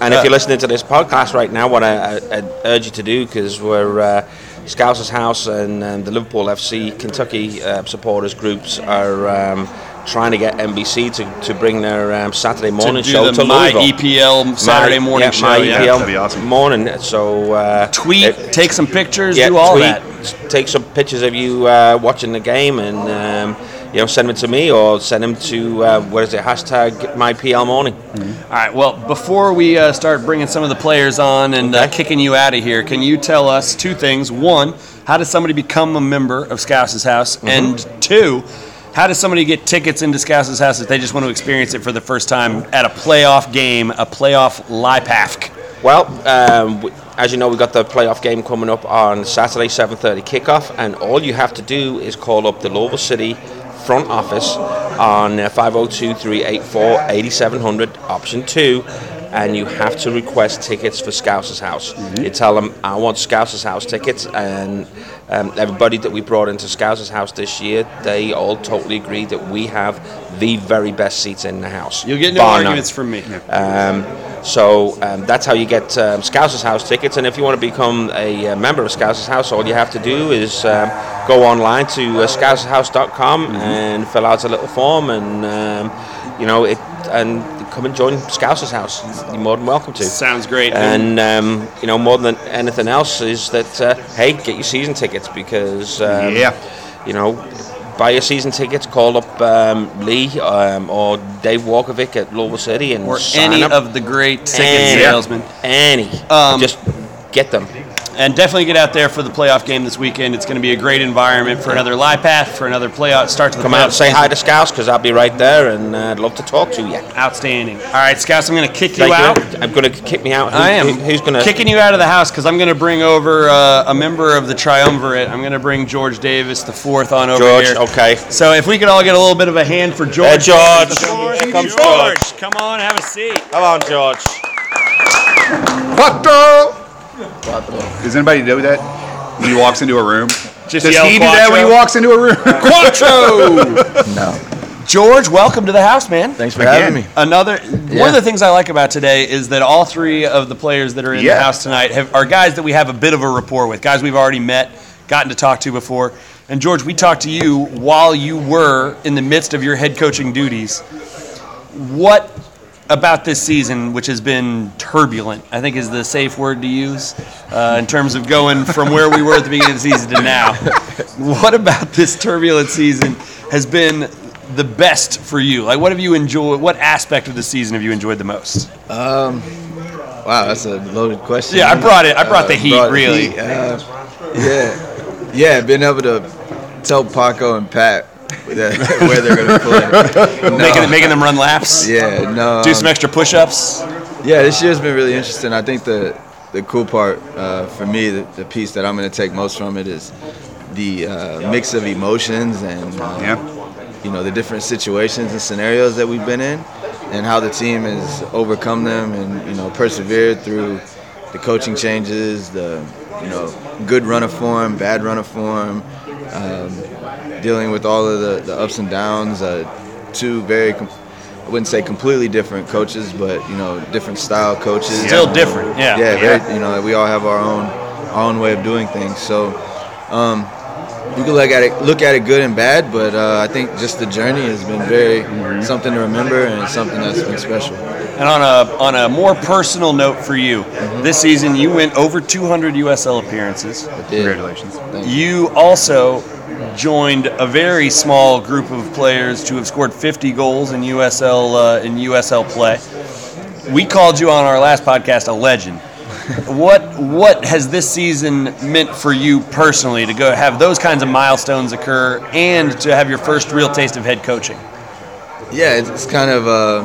F: And
C: uh,
F: if you're listening to this podcast right now, what I, I, I'd urge you to do, because we're uh, Scouser's House and um, the Liverpool FC Kentucky uh, supporters groups are um, trying to get NBC to, to bring their um, Saturday morning
C: do
F: show
C: the
F: to
C: My
F: Louisville.
C: EPL Saturday
F: My-
C: morning
F: yeah,
C: show.
F: My
C: yeah.
F: EPL
E: That'd be awesome.
F: morning. So uh,
C: Tweet,
F: it-
C: take some pictures, do all
F: tweet,
C: that.
F: Take some pictures of you uh, watching the game and um, you know send them to me or send them to uh, what is it hashtag mypl morning.
C: All right. Well, before we uh, start bringing some of the players on and uh,
F: Okay.
C: kicking you out of here, can you tell us two things? One, how does somebody become a member of Scouse's House? And two, how does somebody get tickets into Scouse's House if they just want to experience it for the first time at a playoff game, a playoff LIPAFC?
F: Well, um, w- as you know, we've got the playoff game coming up on Saturday, 7.30 kickoff, and all you have to do is call up the Louisville City front office on uh, 502-384-8700, option 2, and you have to request tickets for Scouser's House.
C: Mm-hmm.
F: You tell them, I want Scouser's House tickets, and um, everybody that we brought into Scouser's House this year, they all totally agree that we have the very best seats in the house.
C: You'll get no
F: bar none.
C: arguments from me.
F: Um, so um, that's how you get um, Scouser's House tickets. And if you want to become a uh, member of Scouser's House, all you have to do is um, go online to uh, scouserhouse.com
C: Mm-hmm.
F: and fill out a little form, and um, you know it. And come and join Scouser's House. You're more than welcome to.
C: Sounds great.
F: And um, you know, more than anything else, is that uh, hey, get your season tickets because um,
E: Yeah.
F: you know, buy your season tickets. Call up um, Lee um, or Dave Walkovic at Louisville City and
C: or
F: sign
C: any
F: up.
C: of the great ticket
F: Any.
C: salesmen.
F: any.
C: Um,
F: just get them.
C: And definitely get out there for the playoff game this weekend. It's going to be a great environment for another LIPAF, for another playoff start to the
F: Come
C: playoff
F: out, say
C: season.
F: hi to Scouse because I'll be right there and uh, I'd love to talk to you.
C: Outstanding. All right, Scouts, I'm going to kick you
F: Thank
C: out.
F: I'm gonna kick me out. Who-
C: I am.
F: who- Who's gonna
C: kicking you out of the house because I'm going to bring over uh, a member of the triumvirate. I'm going to bring George Davis the fourth on over
F: George?
C: here.
F: Okay.
C: So if we could all get a little bit of a hand for George.
F: Hey, George.
C: George,
F: Here comes
C: George, come on, have a seat.
F: Come on, George.
B: What the?
E: Does anybody know that? When he walks into a room?
A: Just
E: Does
A: yell
E: he do that when he
A: Quattro.
E: walks into a room?
C: Quattro!
I: No.
C: George, welcome to the house, man.
I: Thanks for
E: Again.
I: having me.
C: Another one
I: Yeah.
C: of the things I like about today is that all three of the players that are in
E: Yeah.
C: the house tonight have, are guys that we have a bit of a rapport with, guys we've already met, gotten to talk to before. And George, we talked to you while you were in the midst of your head coaching duties. What about this season, which has been turbulent, I think is the safe word to use uh, in terms of going from where we were at the beginning of the season to now? What about this turbulent season has been the best for you? Like, what have you enjoyed? What aspect of the season have you enjoyed the most?
I: Wow, that's a loaded question.
C: Yeah, I brought it. I brought the heat,
I: brought
C: really.
I: heat, uh, yeah, yeah, being able to tell Paco and Pat <laughs> that, where they're gonna play. No,
C: Making, making them run laps,
I: yeah, no.
C: do
I: um,
C: some extra push ups.
I: Yeah, this year's been really interesting. I think the the cool part uh, for me, the, the piece that I'm going to take most from it is the uh, mix of emotions and uh,
E: Yeah.
I: you know the different situations and scenarios that we've been in, and how the team has overcome them and you know persevered through the coaching changes, the you know good run of form, bad run of form, um, dealing with all of the, the ups and downs. Uh, two very com- I wouldn't say completely different coaches, but you know different style coaches.
C: Still different, yeah.
I: Yeah, Very, you know we all have our own our own way of doing things. So you can look at it look at it good and bad, but uh, I think just the journey has been very something to remember and something that's been special.
C: And on a on a more personal note for you, this season you went over 200 USL appearances.
E: Congratulations.
C: You also joined a very small group of players to have scored 50 goals in USL uh, in USL play. We called you on our last podcast a legend. What what has this season meant for you personally to go have those kinds of milestones occur and to have your first real taste of head coaching?
I: Yeah, it's- it's kind of uh,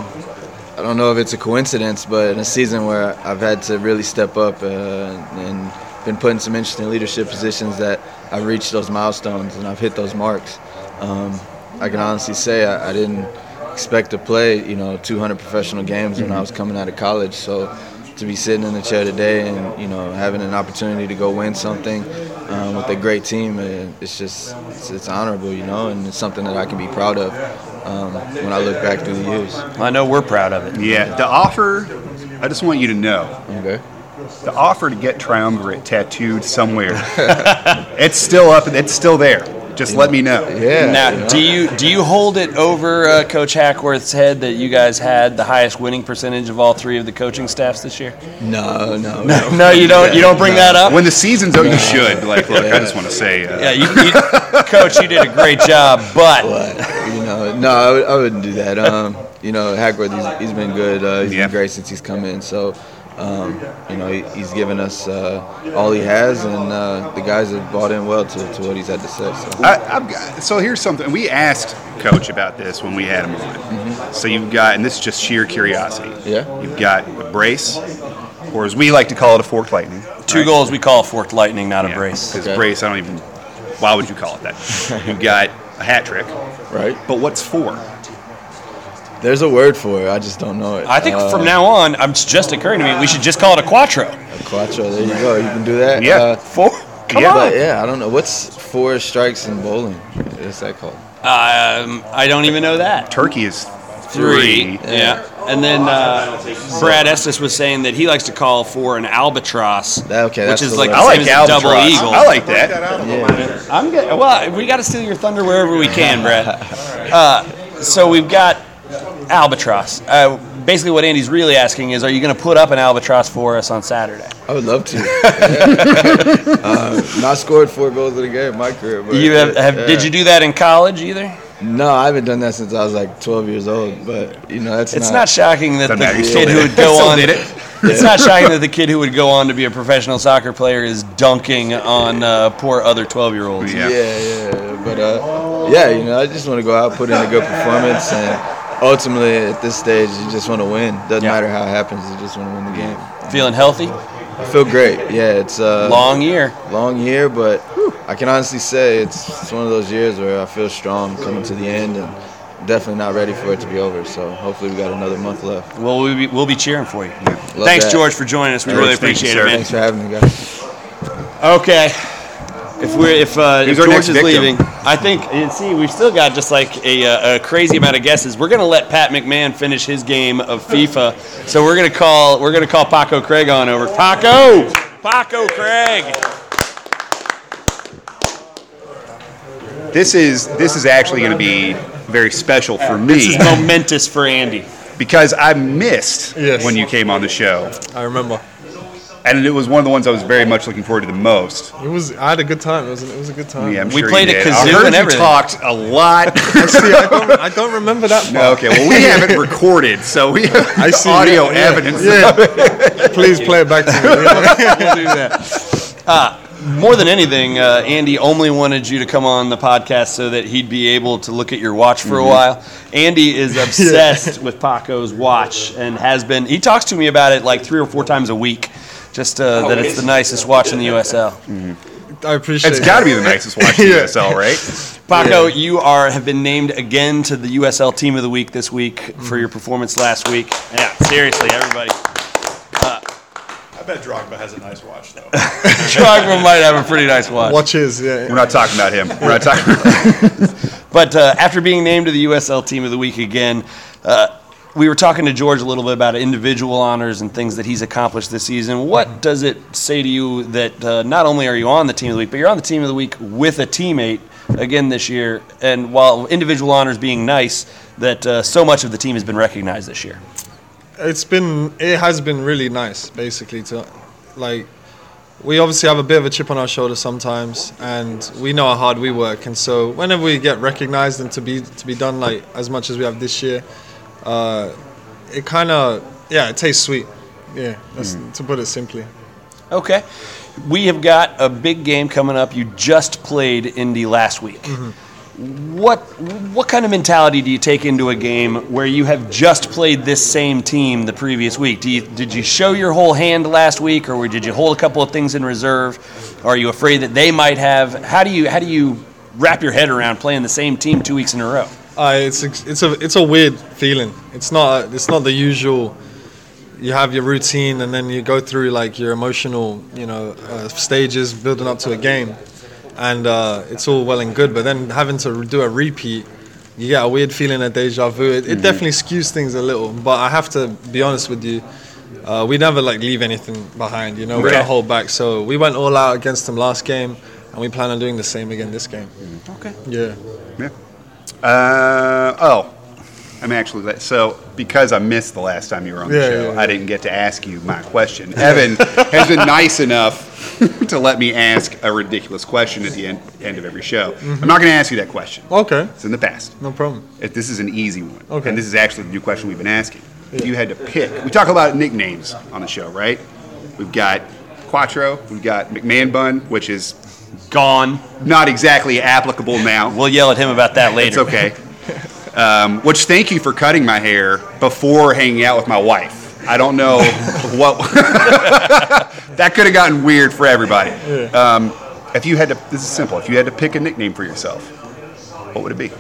I: I don't know if it's a coincidence, but in a season where I've had to really step up uh, and been put in some interesting leadership positions that I've reached those milestones and I've hit those marks. Um, I can honestly say I, I didn't expect to play, you know, 200 professional games when I was coming out of college. So to be sitting in the chair today and you know having an opportunity to go win something um, with a great team, uh, it's just it's, it's honorable, you know, and it's something that I can be proud of um, when I look back through the years.
C: I know we're proud of it.
E: Yeah. The offer, I just want you to know
I: Okay.
E: the offer to get triumvirate tattooed somewhere. it's still up. It's still there. Just let me know.
I: Yeah.
C: Now, do you do you hold it over uh, Coach Hackworth's head that you guys had the highest winning percentage of all three of the coaching staffs this year?
I: no, no, no.
C: No, you don't. You don't bring that up.
E: When the season's over, you should. Like, look, I just want to say. Uh,
C: Yeah, you, you, coach, you did a great job, but
I: But you know, no, I, would, I wouldn't do that. Um, you know, Hackworth, he's, he's been good. Uh, he's
E: Yeah.
I: been great since he's come in. So, um, you know, he, he's given us uh, all he has, and uh, the guys have bought in well to, to what he's had to say. So.
E: I, I've got, so here's something. We asked Coach about this when we had him on.
C: Mm-hmm.
E: So you've got, and this is just sheer curiosity.
I: Yeah.
E: You've got a brace, or as we like to call it, a forked lightning.
C: two goals we call forked lightning, not a brace.
E: Because brace, I don't even. Why would you call
C: <laughs>
E: it that? you've got a hat trick,
I: Right?
E: but what's for?
I: There's a word for it. I just don't know it.
C: I think
I: Uh,
C: from now on, I'm it's just occurring to me, we should just call it a quattro.
I: Quattro. There you go. You can do that.
E: Yeah.
I: Uh,
C: Four. Come
E: Yeah.
I: but yeah, I don't know. What's four strikes in bowling? What's that called?
C: on. Um, I don't even know that.
E: Turkey is
C: Three.
E: three.
C: Yeah. And then uh, Brad Estes was saying that he likes to call for an albatross,
I: That- okay,
C: which
I: that's
C: is
I: the
C: like
I: word.
C: the
E: I
C: same
E: like
C: as a double
E: albatross.
C: eagle.
E: I like that.
C: I'm good. Well, we got to steal your thunder wherever we can, Brett.
E: <laughs>
C: Uh, so we've got albatross. Uh, basically, what Andy's really asking is, are you going to put up an albatross for us on Saturday?
I: I
C: <laughs>
I: would love to. Yeah. um, not scored four goals in a game in my career. But
C: You
E: Uh,
C: have, have
I: yeah.
C: did you do that in college either?
I: No, I haven't done that since I was like 12 years old. But you know, that's
C: It's not shocking that the
E: Doesn't matter, you still
C: kid who
E: did it.
C: would go
E: Still
C: on.
E: did it.
C: It's not shocking that the kid who would go on to be a professional soccer player is dunking on uh, poor other twelve-year-olds.
E: Yeah.
I: yeah. yeah, yeah. But uh, yeah, you know, I just want to go out, put in a good performance, and ultimately at this stage, you just want to win. Doesn't
C: Yeah.
I: matter how it happens, you just want to win the game.
C: Feeling healthy?
I: I feel great. Yeah, it's uh,
C: Long year.
I: long year, but I can honestly say it's, it's one of those years where I feel strong coming to the end, and definitely not ready for it to be over. So hopefully we got another month left.
C: Well, we'll be, we'll be cheering for you.
I: Love
C: Thanks,
I: that.
C: George, for joining us. We
E: George,
C: really
E: thank you,
C: appreciate
E: sir.
C: it, man.
I: Thanks for having me, guys.
C: Okay. If we're if, uh, if
E: Who's our
C: George is
E: next victim?
C: leaving, I think and see we've still got just like a, uh, a crazy amount of guesses. We're gonna let Pat McMahon finish his game of FIFA, so we're gonna call we're gonna call Paco Craig on over. Paco, Paco Craig.
E: This is this is actually going to be very special for me.
C: This is momentous for Andy.
E: because I missed when you came on the show,
J: I remember.
E: and it was one of the ones I was very much looking forward to the most.
J: It was. I had a good time. It was. It was a good time.
E: Yeah, I'm
C: We
E: sure
C: played
E: you
C: a
E: did.
C: kazoo
E: I heard
C: and
E: you
C: everything.
E: talked a lot.
J: See, <laughs> I don't, I don't remember that. Part.
E: No, okay, well
J: <laughs>
E: we haven't recorded, so we have
J: I see,
E: audio
J: yeah, yeah,
E: evidence.
J: Please play it
E: <laughs>
J: back to me. We'll do that.
C: More than anything, uh, Andy only wanted you to come on the podcast so that he'd be able to look at your watch for a while. Andy <laughs> is obsessed with Paco's watch and has been. He talks to me about it like three or four times a week, just uh, that it's the nicest watch in the USL.
J: I appreciate.
E: It's
J: it.
E: got to be the nicest watch in the
J: <laughs> Yeah.
E: USL, right?
C: Paco, you are have been named again to the USL Team of the Week this week for your performance last week. <laughs> Yeah, seriously, everybody.
H: Uh,
G: I bet Drogba has a nice watch though.
C: Drogba might have a pretty nice watch.
J: Watches. Yeah.
E: We're not talking about him. We're not talking.
C: But uh, after being named to the USL Team of the Week again, uh, we were talking to George a little bit about individual honors and things that he's accomplished this season. What does it say to you that uh, not only are you on the Team of the Week, but you're on the Team of the Week with a teammate again this year? And while individual honors being nice, that uh, so much of the team has been recognized this year.
J: It's been. It has been really nice, basically. To, like, we obviously have a bit of a chip on our shoulder sometimes, and we know how hard we work. And so, whenever we get recognised and to be to be done like as much as we have this year, uh, it kind of yeah, it tastes sweet. Yeah, that's, to put it simply.
C: Okay. We have got a big game coming up. You just played Indy last week. What what kind of mentality do you take into a game where you have just played this same team the previous week? Do you, did you show your whole hand last week, or did you hold a couple of things in reserve? Are you afraid that they might have? How do you how do you wrap your head around playing the same team two weeks in a row?
J: Uh, it's ex- it's a it's a weird feeling. It's not it's not the usual. You have your routine, and then you go through like your emotional, you know, uh, stages building up to a game, and uh, it's all well and good. But then having to do a repeat, you get a weird feeling of deja vu. It, it definitely skews things a little. But I have to be honest with you, uh, we never like leave anything behind. You know, we
E: Okay.
J: don't hold back. So we went all out against them last game, and we plan on doing the same again this game.
C: Okay.
J: Yeah.
E: Uh, oh, I'm actually that. So because I missed the last time you were on the
J: Yeah,
E: show,
J: yeah, yeah.
E: I didn't get to ask you my question. Evan has been nice enough <laughs> to let me ask a ridiculous question at the end, end of every show.
J: Mm-hmm.
E: I'm not going to ask you that question.
J: Okay.
E: It's in the past.
J: No problem.
E: If this is an easy one,
J: Okay.
E: and this is actually the new question we've been asking. If you had to pick, we talk about nicknames on the show, right? We've got Quattro, we've got McMahon Bun, which is
C: Gone.
E: not exactly applicable now.
C: We'll yell at him about that later.
E: It's okay. Um, which thank you for cutting my hair before hanging out with my wife. I
C: <laughs>
E: don't know what <laughs> that could have gotten weird for everybody. Um, if you had to, this is simple. If you had to pick a nickname for yourself, what would it be?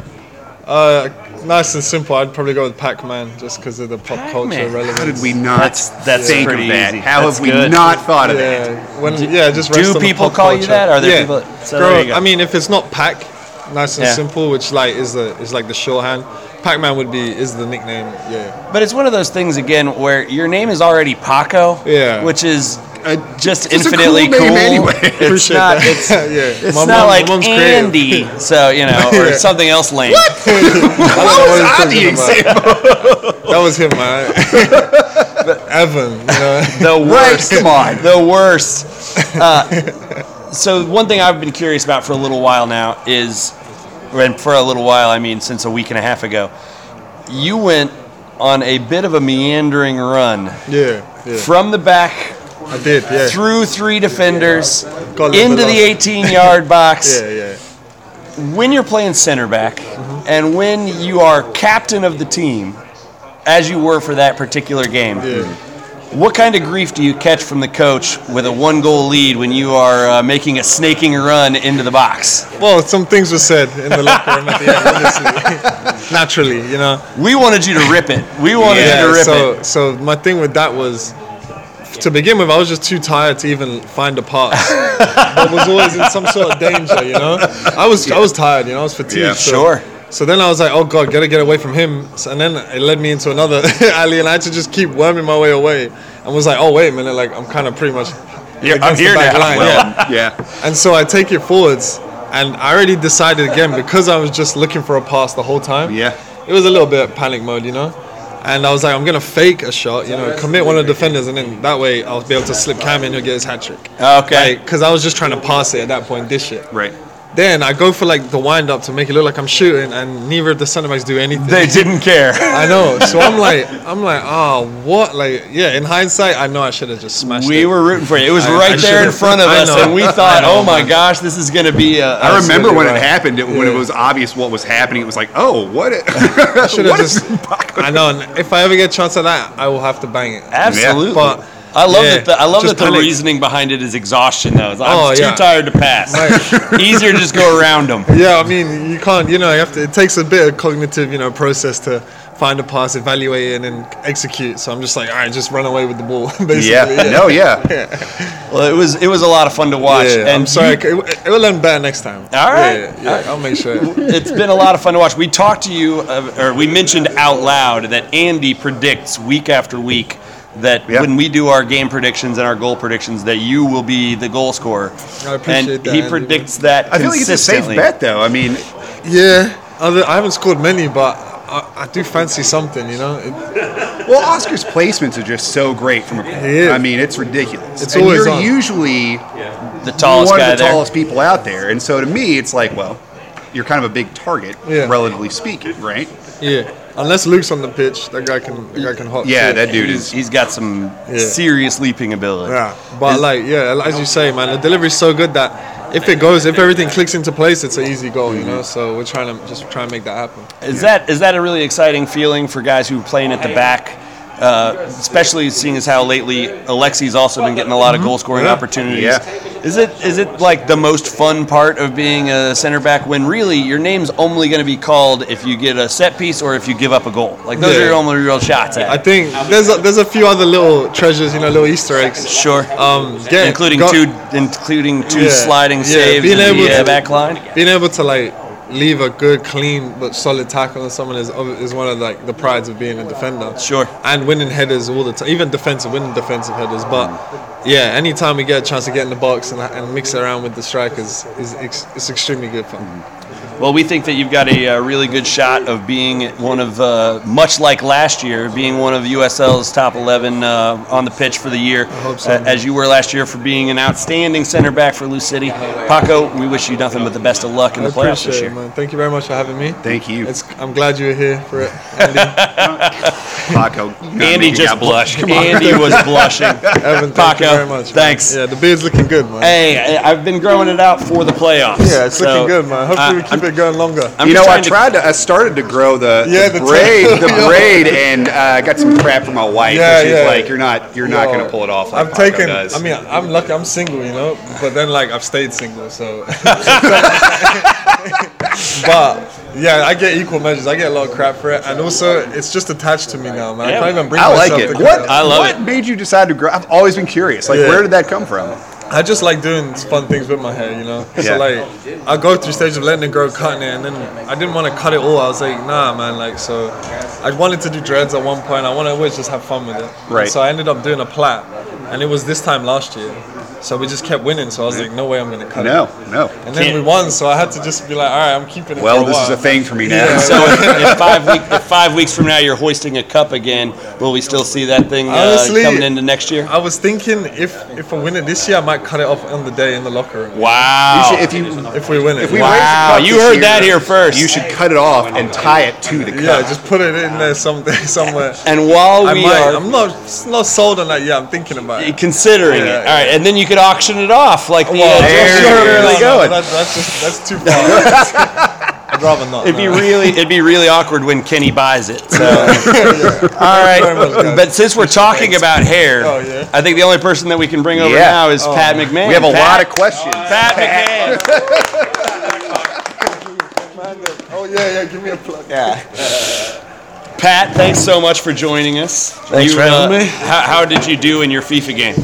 J: Uh, nice and simple. I'd probably go with Pac-Man just because of the pop culture
C: Pac-Man.
J: relevance.
E: How did we not
C: That's- that's
E: think of
C: pretty
E: that?
C: easy.
E: How
C: That's
E: have we
C: good.
E: not thought of that?
J: yeah, when, yeah, just
C: do
J: rest on the
C: people
J: pop
C: call you
J: culture.
C: that? Are there
J: yeah.
C: people that- so
J: Bro,
C: there you go.
J: I mean, if it's not Pac, nice and
C: Yeah.
J: simple, which like is the is like the shorthand. Pac-Man would be is the nickname. Yeah,
C: But it's one of those things again where your name is already Paco,
J: Yeah.
C: which is just
E: it's a cool
C: infinitely cool.
E: name anyway.
C: It's
J: <laughs> Appreciate
C: not.
J: that.
C: It's,
J: yeah.
C: it's
J: My
C: not
J: mom- my
C: like
J: mom's creative.
C: Andy, so you know, or something else lame.
J: I don't know
E: What was I
J: he's talking
E: the
J: about.
E: example?
J: That was him,
C: <laughs>
J: man. Evan, you know.
C: The
E: Right,
C: worst.
E: come on.
C: The
J: <laughs>
C: worst. Uh, so one thing I've been curious about for a little while now is, and for a little while I mean since a week and a half ago, you went on a bit of a meandering run
J: Yeah, yeah.
C: from the back
J: I did. Yeah,
C: through three defenders
J: Got a little
C: into
J: bit
C: the
J: lost.
C: 18 yard box.
J: <laughs> yeah, yeah.
C: When you're playing center back and when you are captain of the team, as you were for that particular game,
J: Yeah.
C: What kind of grief do you catch from the coach with a one goal lead when you are uh, making a snaking run into the box?
J: Well, some things were said in the locker room at the end, honestly. <laughs> Naturally, you know.
C: We wanted you to rip it. We wanted you to rip
J: so,
C: it.
J: so my thing with that was, to begin with, I was just too tired to even find
E: <laughs>
J: a pass. but was always in some sort of danger, you know. I was, I was tired, you know. I was fatigued.
E: Yeah,
J: so-
C: sure.
J: So then I was like, oh god, gotta get away from him. So, and then it led me into another <laughs> alley, and I had to just keep worming my way away. And was like, oh wait a minute, like I'm kind of pretty much.
E: Yeah, I'm
J: against the
E: here
J: back
E: now.
J: line,
E: Well, yeah.
J: And so I take it forwards, and I already decided again because I was just looking for a pass the whole time.
E: Yeah.
J: It was a little bit panic mode, you know? And I was like, I'm going to fake a shot, you know, commit one of the defenders, and then that way I'll be able to slip Cam in, he'll get his hat trick.
C: okay.
J: Because I was just trying to pass it at that point, dish it.
E: Right.
J: Then I go for like the wind up to make it look like I'm shooting, and neither of the centre backs do anything.
C: they didn't care.
J: <laughs> I know. So I'm like, I'm like, oh, what? Like, yeah, in hindsight, I know I should have just smashed
C: We
J: it.
C: were rooting for you. It <laughs> was
J: I-
C: right
J: I
C: there in
J: should've-
C: front of
J: I
C: us,
J: know.
C: and we thought, oh my gosh, this is going to be a.
E: I
C: a-
E: remember when it
J: right.
E: happened. It, when it was obvious what was happening, it was like, oh,
C: <laughs>
E: what? It, <laughs>
J: I should have
E: what is
J: just. I know. And if I ever get a chance at that, I will have to bang it.
C: Absolutely.
J: But-
C: I love
J: yeah,
C: that. The, I love
J: just
C: that the
J: panic.
C: reasoning behind it is exhaustion, though. It's, I'm
J: Oh,
C: too
J: yeah.
C: tired to pass. <laughs> Easier to just go around them.
J: Yeah, I mean, you can't. You know, you have to. It takes a bit of cognitive, you know, process to find a pass, evaluate it, and then execute. So I'm just like, all right, just run away with the ball, <laughs>
C: <laughs>
J: basically.
E: yeah. No. Yeah.
C: Well, it was it was a lot of fun to watch.
J: Yeah,
C: and
J: I'm sorry.
C: you-
J: I c- it, it will learn better next time.
C: All right.
J: Yeah, yeah, I'll
C: <laughs>
J: make sure.
C: it's been a lot of fun to watch. We talked to you, uh, or we mentioned out loud that Andy predicts week after week that
E: Yeah.
C: when we do our game predictions and our goal predictions, that you will be the goal scorer.
J: I appreciate
C: and
J: that,
C: He
J: Andy.
C: predicts that
E: I feel like it's a safe
C: consistently.
E: bet, though. I mean,
J: yeah. Other, I haven't scored many, but I, I do fancy something. You know, It-
E: well, Oscar's placements are just so great from a
J: is.
E: I mean, it's ridiculous.
J: It's
E: and
J: always
E: you're
J: on.
E: usually
C: The tallest
E: one
C: guy
E: of the
C: there.
E: tallest people out there, and so to me, it's like, well, you're kind of a big target,
J: Yeah.
E: relatively speaking, right?
J: yeah. Unless Luke's on the pitch, that guy can. That guy can hot.
E: Yeah,
J: shit.
E: that dude
C: He's-
E: is.
C: he's got some serious leaping ability.
J: Yeah, but like, yeah, as you say, man, the delivery's so good that if it goes, if everything clicks into place, it's an easy goal, you know. So we're trying to just try and make that happen.
C: Is that is that a really exciting feeling for guys who are playing at the back? Uh, especially seeing as how lately Alexi's also been getting a
J: Mm-hmm.
C: lot of goal scoring opportunities.
E: Yeah.
C: Is it is it like the most fun part of being a center back when really your name's only going to be called if you get a set piece or if you give up a goal? Like those
J: Yeah.
C: are your only real shots
J: I
C: at. it.
J: think there's a, there's a few other little treasures, you know, little Easter eggs.
C: Sure.
J: Um, yeah,
C: including
J: got-
C: two including two
J: Yeah.
C: sliding
J: Yeah,
C: saves
J: being
C: in
J: able
C: the uh,
J: to-
C: back line.
J: being able to like leave a good, clean but solid tackle on someone is ob- is one of like the prides of being a defender.
C: Sure.
J: And winning headers all the time, even defensive, winning defensive headers. But
C: Mm.
J: yeah, anytime we get a chance to get in the box and, and mix it around with the strikers is ex- it's extremely good fun.
C: Mm. Well, we think that you've got a, uh really good shot of being one of, uh, much like last year, being one of USL's top 11 uh, on the pitch for the year,
J: hope so.
C: uh, as you were last year for being an outstanding center back for Lou City. Paco, we wish you nothing but the best of luck in the
J: I
C: playoffs this year.
J: appreciate it, man. Thank you very much for having me.
E: Thank you,
J: It's, <laughs> I'm glad you were here for
C: <laughs>
J: it.
E: Paco. Not
C: Andy
E: making
C: just
E: out blush.
C: blushed. Andy was blushing.
J: Evan, thank
C: Paco,
J: you very much. man.
C: thanks.
J: Yeah, the beard's looking good, man.
C: Hey, I- I've been growing it out for the playoffs.
J: yeah, it's
C: so
J: looking good, man. Hopefully
C: I-
J: we keep
C: I'm-
J: it going longer.
C: I'm
E: you know,
C: just
E: I
C: trying to-
E: tried to, I started to grow the,
J: <laughs> Yeah,
E: the,
J: the
E: braid,
J: <laughs>
E: the braid, and uh, I got some crap from my wife.
J: Yeah,
E: Yeah, she's
J: yeah.
E: like, you're not, you're not gonna pull it off. Like
J: I've
E: Paco
J: taken.
E: Does.
J: I mean, I'm lucky. I'm single, you know. But then, like, I've stayed single, so. <laughs> but yeah, I get equal measures. I get a lot of crap for it, and also it's just attached to me now, man. I can't even bring
E: I like
J: myself.
E: it.
J: to go
E: What
J: out.
C: I love
E: what
C: it.
E: made you decide to grow? I've always been curious. Like,
J: Yeah.
E: where did that come from?
J: I just like doing fun things with my hair, you know.
E: Yeah.
J: So like, I go through stage of letting it grow, cutting it, and then I didn't want to cut it all. I was like, nah, man. Like, so I wanted to do dreads at one point. I wanted to always just have fun with it.
E: Right.
J: So I ended up doing a plait, and it was this time last year. So we just kept winning. So I was like, no way, I'm gonna cut
E: No,
J: it.
E: no.
J: And then we won, so I had to just be like, all right, I'm keeping it.
E: Well,
J: for a
E: this is
J: while.
E: a thing for me now.
C: So if, if five week, if five weeks from now you're hoisting a cup again, will we still see that thing uh,
J: Honestly,
C: coming into next year?
J: I was thinking if if I win it this year, I might cut it off on the day in the locker room.
C: Wow.
E: You should- if you
J: If we win it,
E: if we
J: yeah,
E: raise the
C: Wow,
E: cup
C: you
E: this
C: heard
E: year,
C: that here first.
E: You should cut it off and tie it to the cup.
J: just put it in there some, <laughs> somewhere.
C: And while
J: I
C: we
J: might.
C: are
J: I'm not not sold on that yet. I'm thinking about it.
C: considering
J: Yeah,
C: it, all right, and then you could auction it off like the. uh,
E: there
C: Joe
E: you
C: Schmo-
E: go. really
J: No, no,
E: going.
J: That's, that's just that's too far. <laughs> I
K: I'd rather not.
C: It'd be
K: no.
C: really, it'd be really awkward when Kenny buys it. So, all right. But since we're talking about hair,
K: Oh, yeah.
C: I think the only person that we can bring over
E: Yeah.
C: now is Pat McMahon.
E: We have a lot
C: Pat,
E: of questions.
C: Pat McMahon.
D: Oh, yeah, yeah, give me a plug.
C: Pat, thanks so much for joining us. uh,
H: Thanks for having me.
C: How, how did you do in your FIFA game?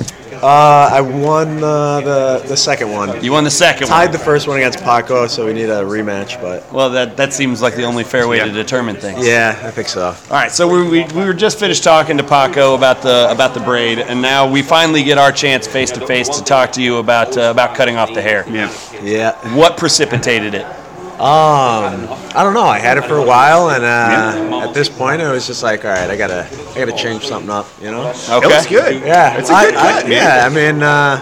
H: Uh, I won uh, the the second one.
C: You won the second
H: Tied
C: one.
H: the first one against Paco, so we need a rematch. But
C: Well, that, that seems like the only fair way to determine things.
H: yeah, I think so.
C: All right, so we, we, we were just finished talking to Paco about the about the braid, and now we finally get our chance face to face to talk to you about uh, about cutting off the hair.
E: Yeah.
H: Yeah.
C: What precipitated it?
H: Um, I don't know. I had it for a while, and uh, at this point, I was just like, all right, I gotta, I gotta change something up, you know?
C: Okay.
E: It was good.
H: Yeah,
E: It's a
H: I-
E: good
H: I-
E: cut.
H: yeah, I mean, uh,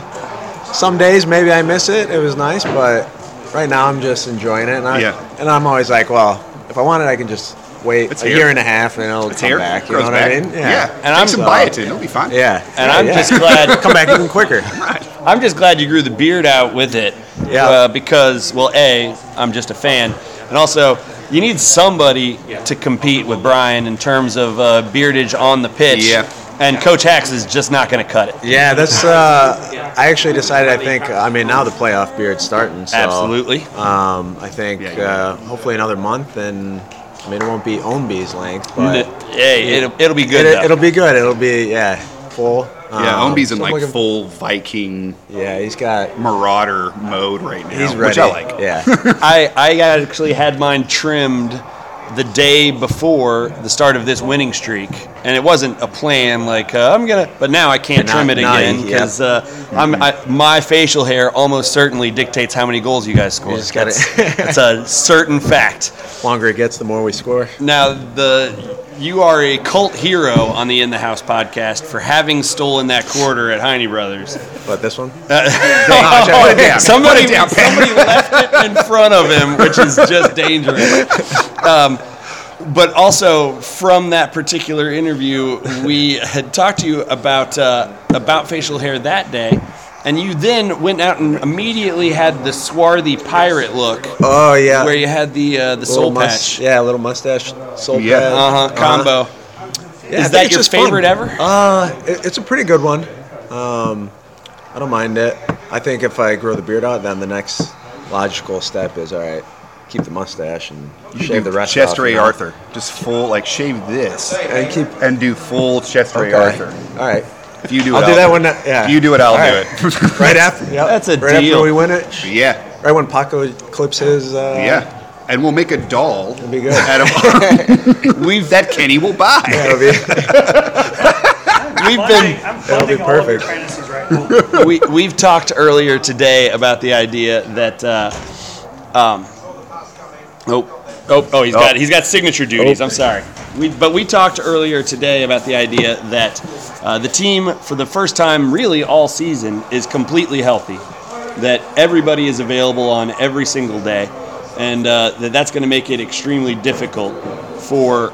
H: some days maybe I miss it. It was nice, but right now I'm just enjoying it, and I,
E: Yeah.
H: and I'm always like, well, if I want it, I can just wait
E: It's
H: a
E: here.
H: year and a half, and it'll
E: It's
H: come
E: here.
H: back. You
E: grows
H: know what I
E: back.
H: mean?
E: Yeah.
H: yeah,
E: Take
C: I'm-
E: some biotin. It'll be fine.
H: yeah.
C: And I'm
H: yeah.
C: just glad
H: <laughs> come back even quicker.
C: I'm just glad you grew the beard out with it.
H: Yeah.
C: Uh, because, well, A, I'm just a fan. And also, you need somebody to compete with Brian in terms of uh, beardage on the pitch.
E: Yeah.
C: And Coach Hacks is just not going to cut it.
H: Yeah, that's. Uh, I actually decided. I think. I mean, now the playoff period's starting. So,
C: Absolutely.
H: Um, I think
E: Yeah, yeah.
H: Uh, hopefully another month, and I mean it won't be Ombi's length, but
C: N- Hey, it'll, it'll be good.
H: it,
C: though.
H: it'll be good. It'll be yeah, full.
E: Yeah,
H: um,
E: Ombi's in
H: so
E: like
H: looking-
E: full Viking
H: Yeah, he's got.
E: marauder mode right now,
H: He's
E: which
H: ready.
E: I like.
J: <laughs>
H: Yeah.
C: I, I actually had mine trimmed the day before the start of this winning streak, and it wasn't a plan like uh, I'm gonna. But now I can't
H: But now-
C: trim it
H: now you-
C: again
H: yep.
C: because uh, I'm I, my facial hair almost certainly dictates how many goals you guys score.
H: You just gotta- <laughs>
C: that's, that's a certain fact.
H: Longer it gets, the more we score.
C: Now the you are a cult hero on the In the House podcast for having stolen that quarter at Heine Brothers.
H: But this one.
E: Put it down.
C: Somebody,
E: Put it down, Pat.
C: somebody left it in front of him, which is just dangerous. Um, but also from that particular interview, we had talked to you about uh, about facial hair that day, and you then went out and immediately had the swarthy pirate look,
H: Oh yeah.
C: where you had the uh, the
J: oh,
H: Little
C: soul
H: mus-
C: patch
H: Yeah, little mustache soul
E: Yeah.
H: patch.
C: uh-huh, combo.
H: Yeah, I
C: Is
H: think
C: that
H: it's
C: your
H: just fun.
C: favorite ever?
H: Uh, it, it's a pretty good one. Um, I don't mind it. I think if I grow the beard out, then the next logical step is all right. Keep the mustache and shave the rest.
E: Chest
H: off
E: Ray
H: now.
E: Arthur. Just full, like shave this
H: and keep.
E: and do full chest Ray
H: Okay.
E: Arthur.
H: All right,
E: If you do
H: I'll
E: it,
H: do that one. uh,
E: do it.
H: Yeah,
E: If you do it, I'll
H: All
E: do it.
H: right after. Yep.
C: That's a
H: right
C: deal.
H: after we win
E: <laughs>
H: it.
E: yeah,
H: Right when Paco clips his. Uh,
E: yeah. And we'll make a doll
H: It'd be good.
E: out of
H: <laughs>
E: we've that Kenny will buy.
H: That'll be,
C: We've been
G: Funding, I'm
H: That'll be
G: funding all of your
H: perfect.
G: fantasies right now.
C: we, we've talked earlier today about the idea that uh, um, oh oh oh he's got he's got signature duties. I'm sorry. We, but we talked earlier today about the idea that uh, the team, for the first time really all season, is completely healthy. That everybody is available on every single day, and uh, that that's going to make it extremely difficult for.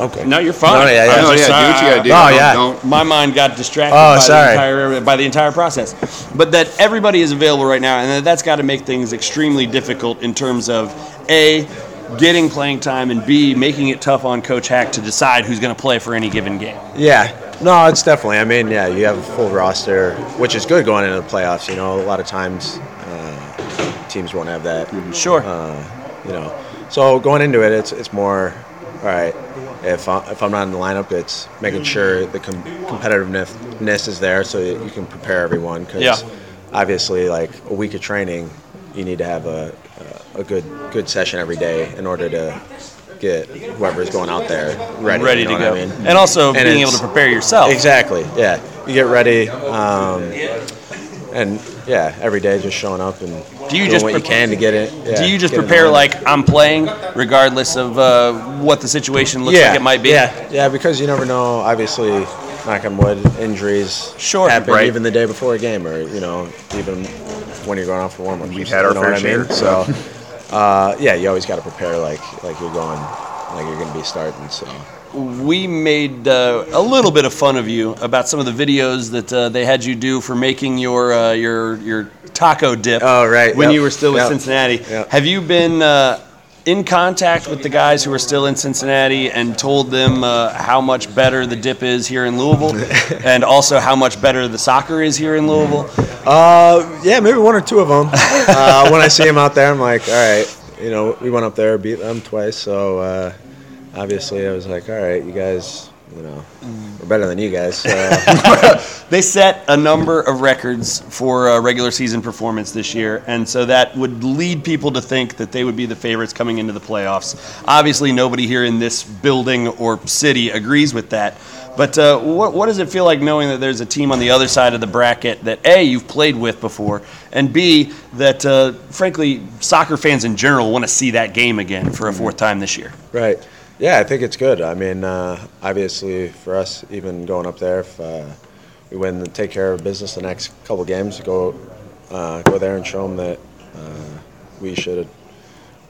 C: Okay. No, you're fine.
H: No, yeah, yeah.
E: I
C: I'm
E: know,
C: just
E: yeah, do
C: sorry.
E: what you gotta do.
H: Oh,
E: Don't-
H: yeah.
E: don't-
C: My mind got distracted
H: Oh,
C: by,
H: sorry.
C: The entire, by the entire process. But that everybody is available right now, and that that's got to make things extremely difficult in terms of A, getting playing time, and B, making it tough on Coach Hack to decide who's going to play for any given game.
H: yeah. No, it's definitely. I mean, yeah, you have a full roster, which is good going into the playoffs. You know, a lot of times uh, teams won't have that.
C: Sure.
H: uh, you know. So going into it, it's it's more, all right. If I, if I'm not in the lineup, it's making sure the com- competitiveness is there so that you can prepare everyone. Because
C: Yeah.
H: obviously, like a week of training, you need to have a a good good session every day in order to get whoever's going out there ready,
C: ready
H: you know
C: to
H: what
C: go.
H: I mean?
C: And also
H: And
C: being able
H: it's-
C: to prepare yourself.
H: Exactly. Yeah. You get ready. Um, and yeah, every day just showing up and
C: Do you
H: doing
C: just
H: what you
C: prep-
H: can to get it. yeah,
C: Do you just
H: get in the
C: prepare
H: lineup.
C: like I'm playing, regardless of uh, what the situation looks like it might be?
H: Yeah, yeah, because you never know. Obviously, knock on wood, injuries
C: Sure.
H: happen
E: Right.
H: even the day before a game, or you know, even when you're going off for warm up.
E: We've had our fair share.
H: So, <laughs> uh, yeah, you always got to prepare like like you're going, like you're going to be starting. So,
C: we made uh, a little bit of fun of you about some of the videos that uh, they had you do for making your uh, your your taco dip.
F: Oh, right,
C: When
F: yep,
C: you were still with
F: yep,
C: Cincinnati,
F: yep.
C: have you been uh, in contact with the guys who are still in Cincinnati and told them uh, how much better the dip is here in
F: <laughs>
C: Louisville, and also how much better the soccer is here in Louisville?
H: Uh, yeah, maybe one or two of them. uh, when I see him out there, I'm like, all right, you know, we went up there, beat them twice, so uh, obviously I was like, all right, you guys, you know, we're better than you guys. So.
C: they set a number of records for uh, regular season performance this year, and so that would lead people to think that they would be the favorites coming into the playoffs. Obviously, nobody here in this building or city agrees with that. But uh, what, what does it feel like knowing that there's a team on the other side of the bracket that A, you've played with before, and B, that uh, frankly, soccer fans in general want to see that game again for a fourth time this year?
H: Right. Yeah, I think it's good. I mean, uh, obviously for us, even going up there, if uh, we win, and take care of business the next couple games, go uh, go there and show them that uh, we should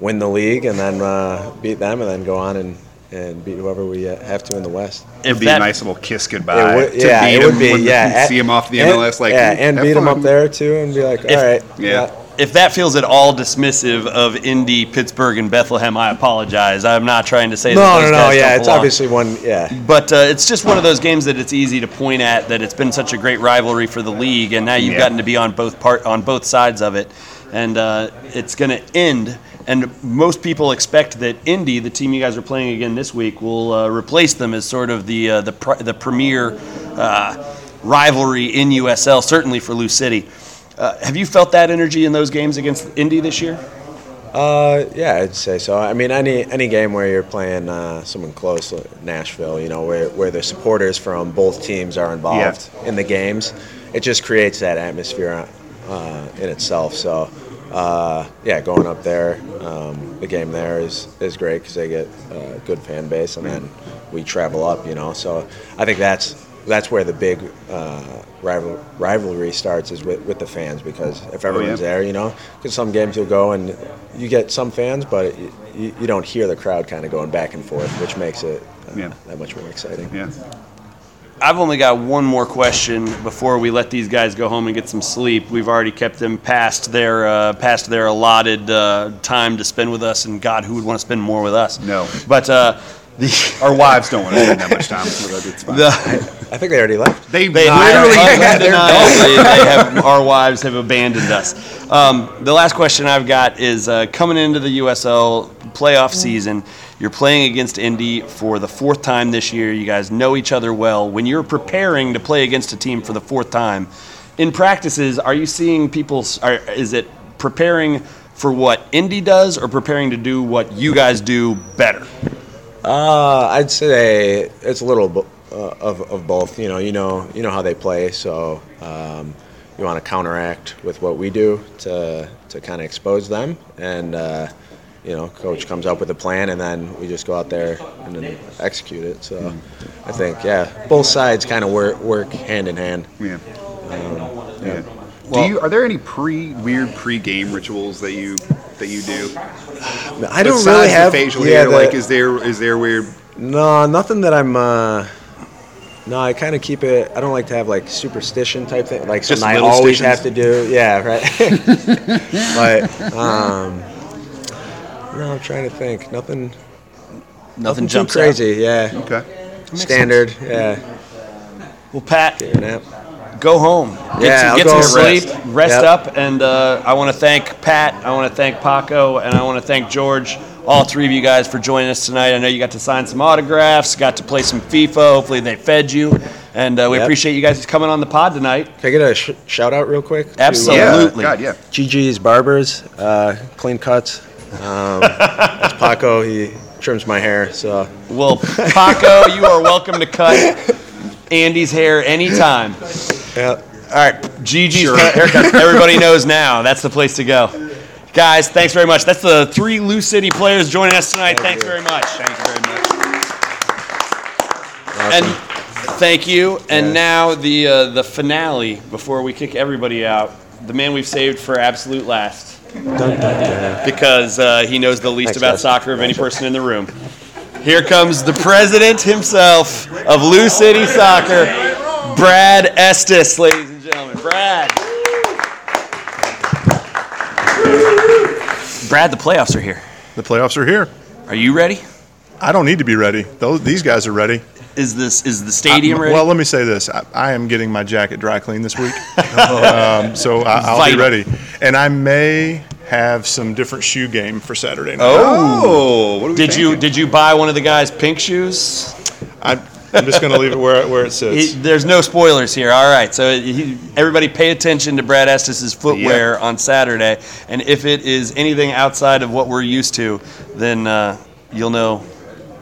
H: win the league and then uh, beat them and then go on and, and beat whoever we uh, have to in the West.
E: It'd be a nice little kiss goodbye
H: It would-
E: Uh, to
H: yeah,
E: beat
H: it
E: 'em
H: would be.
E: when the-
H: yeah, and-
E: see 'em off the
H: and-
E: MLS, like,
H: yeah,
E: "Mm,
H: and
E: have
H: beat them
E: fun."
H: up there too, and be like, all right,
C: If that feels at all dismissive of Indy, Pittsburgh, and Bethlehem, I apologize. I'm not trying to say that.
H: No,
C: those
H: no, no.
C: guys
H: Yeah,
C: don't
H: it's
C: belong.
H: obviously one. Yeah,
C: But uh, it's just one of those games that it's easy to point at that it's been such a great rivalry for the league, and now you've
E: Yeah.
C: gotten to be on both part on both sides of it, and uh, it's going to end. And most people expect that Indy, the team you guys are playing again this week, will uh, replace them as sort of the uh, the pr- the premier uh, rivalry in USL, certainly for Lou City. Uh, have you felt that energy in those games against Indy this year?
H: Uh, yeah, I'd say so. I mean, any any game where you're playing uh, someone close, like Nashville, you know, where where the supporters from both teams are involved in the games, it just creates that atmosphere uh, in itself. So, uh, yeah, going up there, um, the game there is is great because they get a good fan base, and then we travel up, you know. So, I think that's that's where the big uh, rival, rivalry starts is with, with the fans because if
E: Oh, yeah.
H: everyone's there, you know, because some games you'll go and you get some fans, but you, you don't hear the crowd kind of going back and forth, which makes it uh, that much more exciting.
E: Yeah.
C: I've only got one more question before we let these guys go home and get some sleep. We've already kept them past their uh, past their allotted uh, time to spend with us, and God, who would want to spend more with us? No. But uh, the,
E: our
C: <laughs>
E: wives don't want to spend that much
H: <laughs>
E: time with us. It's fine.
H: I think they already left.
E: They,
C: literally
E: literally
C: have
E: had their
C: undeniably, they have, our wives have abandoned us. Um, the last question I've got is uh, coming into the USL playoff season. You're playing against Indy for the fourth time this year. You guys know each other well. When you're preparing to play against a team for the fourth time, in practices, are you seeing people? s- Are, is it preparing for what Indy does, or preparing to do what you guys do better?
H: Uh, I'd say it's a little bo- uh, of, of both. You know, you know, you know how they play, so um, you want to counteract with what we do to to kind of expose them, and uh, you know, coach comes up with a plan, and then we just go out there and then execute it. So I think, yeah, both sides kind of work work hand in hand.
E: Yeah.
H: Um,
E: Yeah.
H: yeah.
E: do you? Are there any pre weird pre game rituals that you that you do?
H: I don't
E: Besides
H: really have-
E: the facial
H: yeah,
E: hair. like,
H: the-
E: is there is there weird?
H: No, nothing that I'm. Uh, no, I kind of keep it. I don't like to have like superstition type thing, like
E: Just
H: something I
E: little
H: always
E: stations?
H: have to do. Yeah, right. <laughs> but um, no, I'm trying to think. Nothing. Nothing,
C: jumps
H: too
C: out.
H: crazy. Yeah.
E: Okay.
H: Standard.
C: sense.
H: Yeah.
C: Well, Pat, go home. Get,
H: Yeah,
C: some-
H: I'll
C: get
H: go
C: some
H: rest.
C: sleep, rest
H: Yep.
C: up, and uh, I want to thank Pat, I want to thank Paco, and I want to thank George, all three of you guys for joining us tonight. I know you got to sign some autographs, got to play some FIFA. Hopefully, they fed you, and uh, we
H: Yep.
C: appreciate you guys coming on the pod tonight.
H: Can I get a sh- shout out real quick? to, uh,
C: Absolutely. Yeah, God,
E: yeah.
H: GG's Barbers, uh, clean cuts. Um, that's Paco. He trims my hair. So.
C: Well, Paco, you are welcome to cut Andy's hair anytime.
H: Yeah.
C: All right, Gigi's haircut. Everybody knows now. That's the place to go. Guys, thanks very much. That's the three Lou City players joining us tonight. thanks very much. Thank you very much. And thank you. And now the uh, the finale before we kick everybody out. The man we've saved for absolute last because uh, he knows the least
H: Thanks,
C: about
H: guys.
C: soccer of any person in the room. Here comes the president himself of Lou City Soccer, Brad Estes, ladies and gentlemen. Brad. Brad, the playoffs are here.
J: The playoffs are here.
C: Are you ready?
J: I don't need to be ready. Those, these guys are ready.
C: Is this is the stadium
J: I,
C: ready?
J: Well, let me say this: I, I am getting my jacket dry cleaned this
H: <laughs>
J: week, um, so I, I'll
C: Vital.
J: be ready. And I may have some different shoe game for Saturday night.
C: Oh, did you did you buy one of the guys' pink shoes?
J: I'm, I'm just going to leave it where where it sits.
C: there's no spoilers here. All right, so he, everybody pay attention to Brad Estes's footwear on Saturday, and if it is anything outside of what we're used to, then uh, you'll know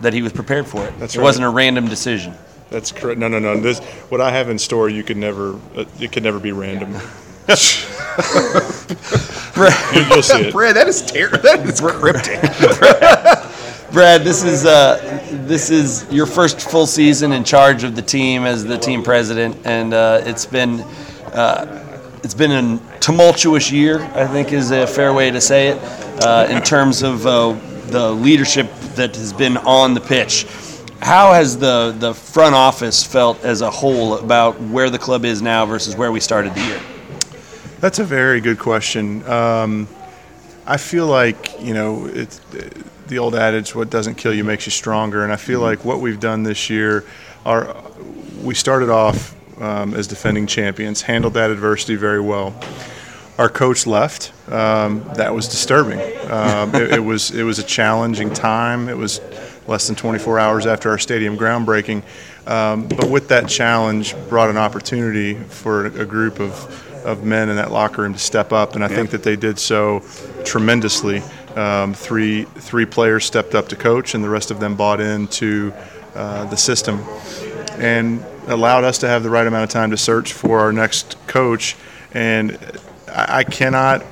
C: that he was prepared for it.
J: That's
C: it
J: right.
C: wasn't a random decision.
J: That's correct. No, no, no. This what I have in store. You could never. Uh, it could never be random. <laughs>
H: <laughs>
J: You- You'll see it.
E: Brad, that is terrible. <laughs> That is cryptic.
C: Brad, this is uh, this is your first full season in charge of the team as the team president, and uh, it's been uh, it's been a tumultuous year. I think is a fair way to say it uh, in terms of uh, the leadership that has been on the pitch. How has the the front office felt as a whole about where the club is now versus where we started the year?
J: That's a very good question. Um, I feel like you know it's the old adage: "What doesn't kill you makes you stronger." And I feel like what we've done this year, our we started off um, as defending champions, handled that adversity very well. Our coach left. Um, that was disturbing. Um, it, it was it was a challenging time. It was less than 24 hours after our stadium groundbreaking. Um, but with that challenge, brought an opportunity for a group of of men in that locker room to step up, and I think that they did so tremendously. Um, three three players stepped up to coach, and the rest of them bought into uh, the system, and allowed us to have the right amount of time to search for our next coach. And I, I cannot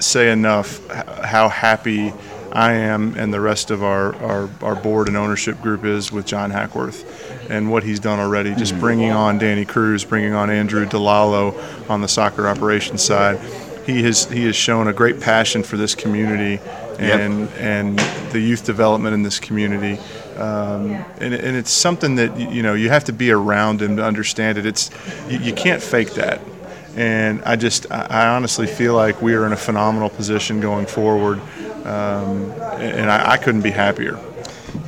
J: say enough h- how happy I am and the rest of our, our, our board and ownership group is with John Hackworth and what he's done already. Just
E: Mhm.
J: bringing on Danny Cruz, bringing on Andrew DeLalo on the soccer operations side. He has he has shown a great passion for this community
E: Yep.
J: and and the youth development in this community. Um, and, and it's something that y- you know you have to be around him to understand it. It's you, you can't fake that. And I just I I honestly feel like we are in a phenomenal position going forward, um, and I, I couldn't be happier.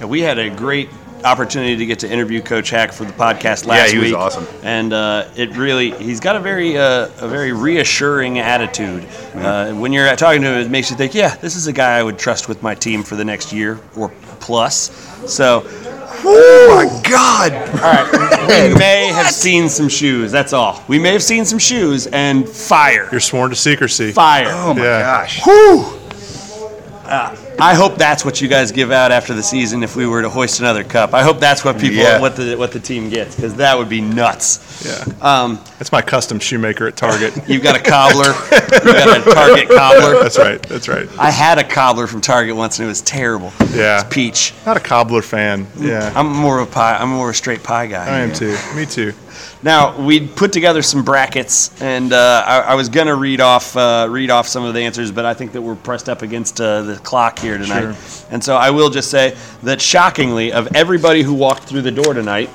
C: Yeah, we had a great opportunity to get to interview Coach Hack for the podcast last
E: he was
C: week.
E: awesome.
C: and uh, it really he's got a very uh, a very reassuring attitude. Uh, when you're talking to him, it makes you think, yeah, this is a guy I would trust with my team for the next year or plus. So. Oh my God! All right, we may have seen some shoes. That's all. We may have seen some shoes and fire.
J: You're sworn to secrecy.
C: Fire.
J: Oh my Yeah. gosh.
C: Whew. Uh, I hope that's what you guys give out after the season if we were to hoist another cup. I hope that's what people
J: Yeah.
C: what the what the team gets because that would be nuts.
J: Yeah.
C: Um,
J: That's my custom shoemaker at Target.
C: You've got a cobbler. You've got a Target cobbler.
J: That's right. That's right.
C: I had a cobbler from Target once and it was terrible.
J: Yeah.
C: It's peach.
J: Not a cobbler fan. Yeah.
C: I'm more of a pie. I'm more of a straight pie guy.
J: I am too. Me too.
C: Now we put together some brackets, and uh, I, I was gonna read off uh, read off some of the answers, but I think that we're pressed up against uh, the clock here tonight,
J: Sure.
C: and so I will just say that shockingly, of everybody who walked through the door tonight,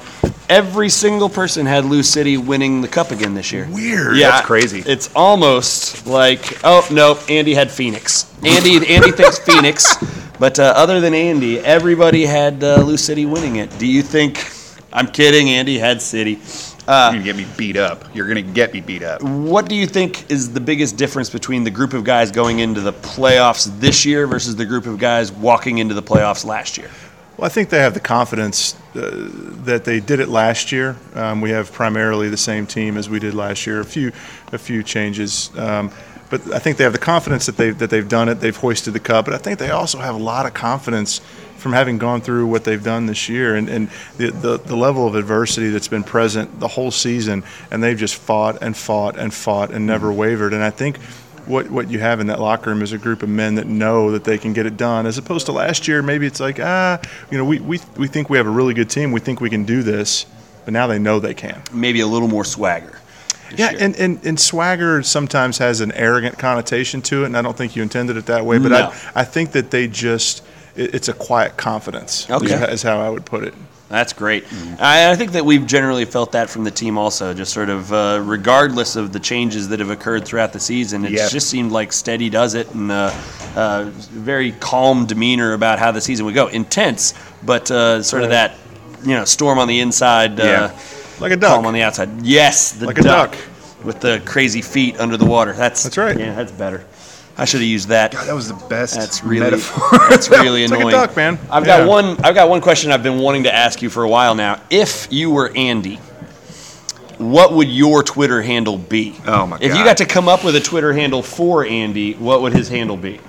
C: every single person had Lou City winning the cup again this year.
E: Weird. That's crazy.
C: It's almost like oh nope, Andy had Phoenix. Andy Andy thinks Phoenix, but uh, other than Andy, everybody had uh, Lou City winning it. Do you think? I'm kidding. Andy had City. Uh,
E: You're gonna get me beat up. You're gonna get me beat up.
C: What do you think is the biggest difference between the group of guys going into the playoffs this year versus the group of guys walking into the playoffs last year?
J: Well, I think they have the confidence uh, that they did it last year. Um, we have primarily the same team as we did last year. A few, a few changes, um, but I think they have the confidence that they that they've done it. They've hoisted the cup, but I think they also have a lot of confidence from having gone through what they've done this year and, and the, the, the level of adversity that's been present the whole season and they've just fought and fought and fought and never wavered and i think what what you have in that locker room is a group of men that know that they can get it done as opposed to last year maybe it's like ah you know we we, we think we have a really good team we think we can do this but now they know they can
C: Maybe a little more swagger.
J: yeah and, and and swagger sometimes has an arrogant connotation to it and i don't think you intended it that way but
C: No.
J: i i think that they just it, it's a quiet confidence.
C: Okay.
J: is- is how I would put it.
C: That's great. I, I think that we've generally felt that from the team also, just sort of uh, regardless of the changes that have occurred throughout the season. It
L: Yep.
C: just seemed like steady does it and uh, uh, very calm demeanor about how the season would go. Intense, but uh, sort of
J: Right.
C: that, you know, storm on the inside.
J: Yeah.
C: Uh,
J: Like a duck.
C: Calm on the outside. Yes, the
J: Like a
C: duck,
J: duck.
C: With the crazy feet under the water. That's, that's right. Yeah, that's better. I should have used that.
J: God, that was the best
C: that's really,
J: metaphor.
C: <laughs> That's really
J: It's like a
C: annoying.
J: duck, man.
C: I've
J: Yeah.
C: got one one- I've got one question I've been wanting to ask you for a while now. If you were Andy, what would your Twitter handle be? Oh my If you
E: God.
C: got to come up with a Twitter handle for Andy, what would his handle be?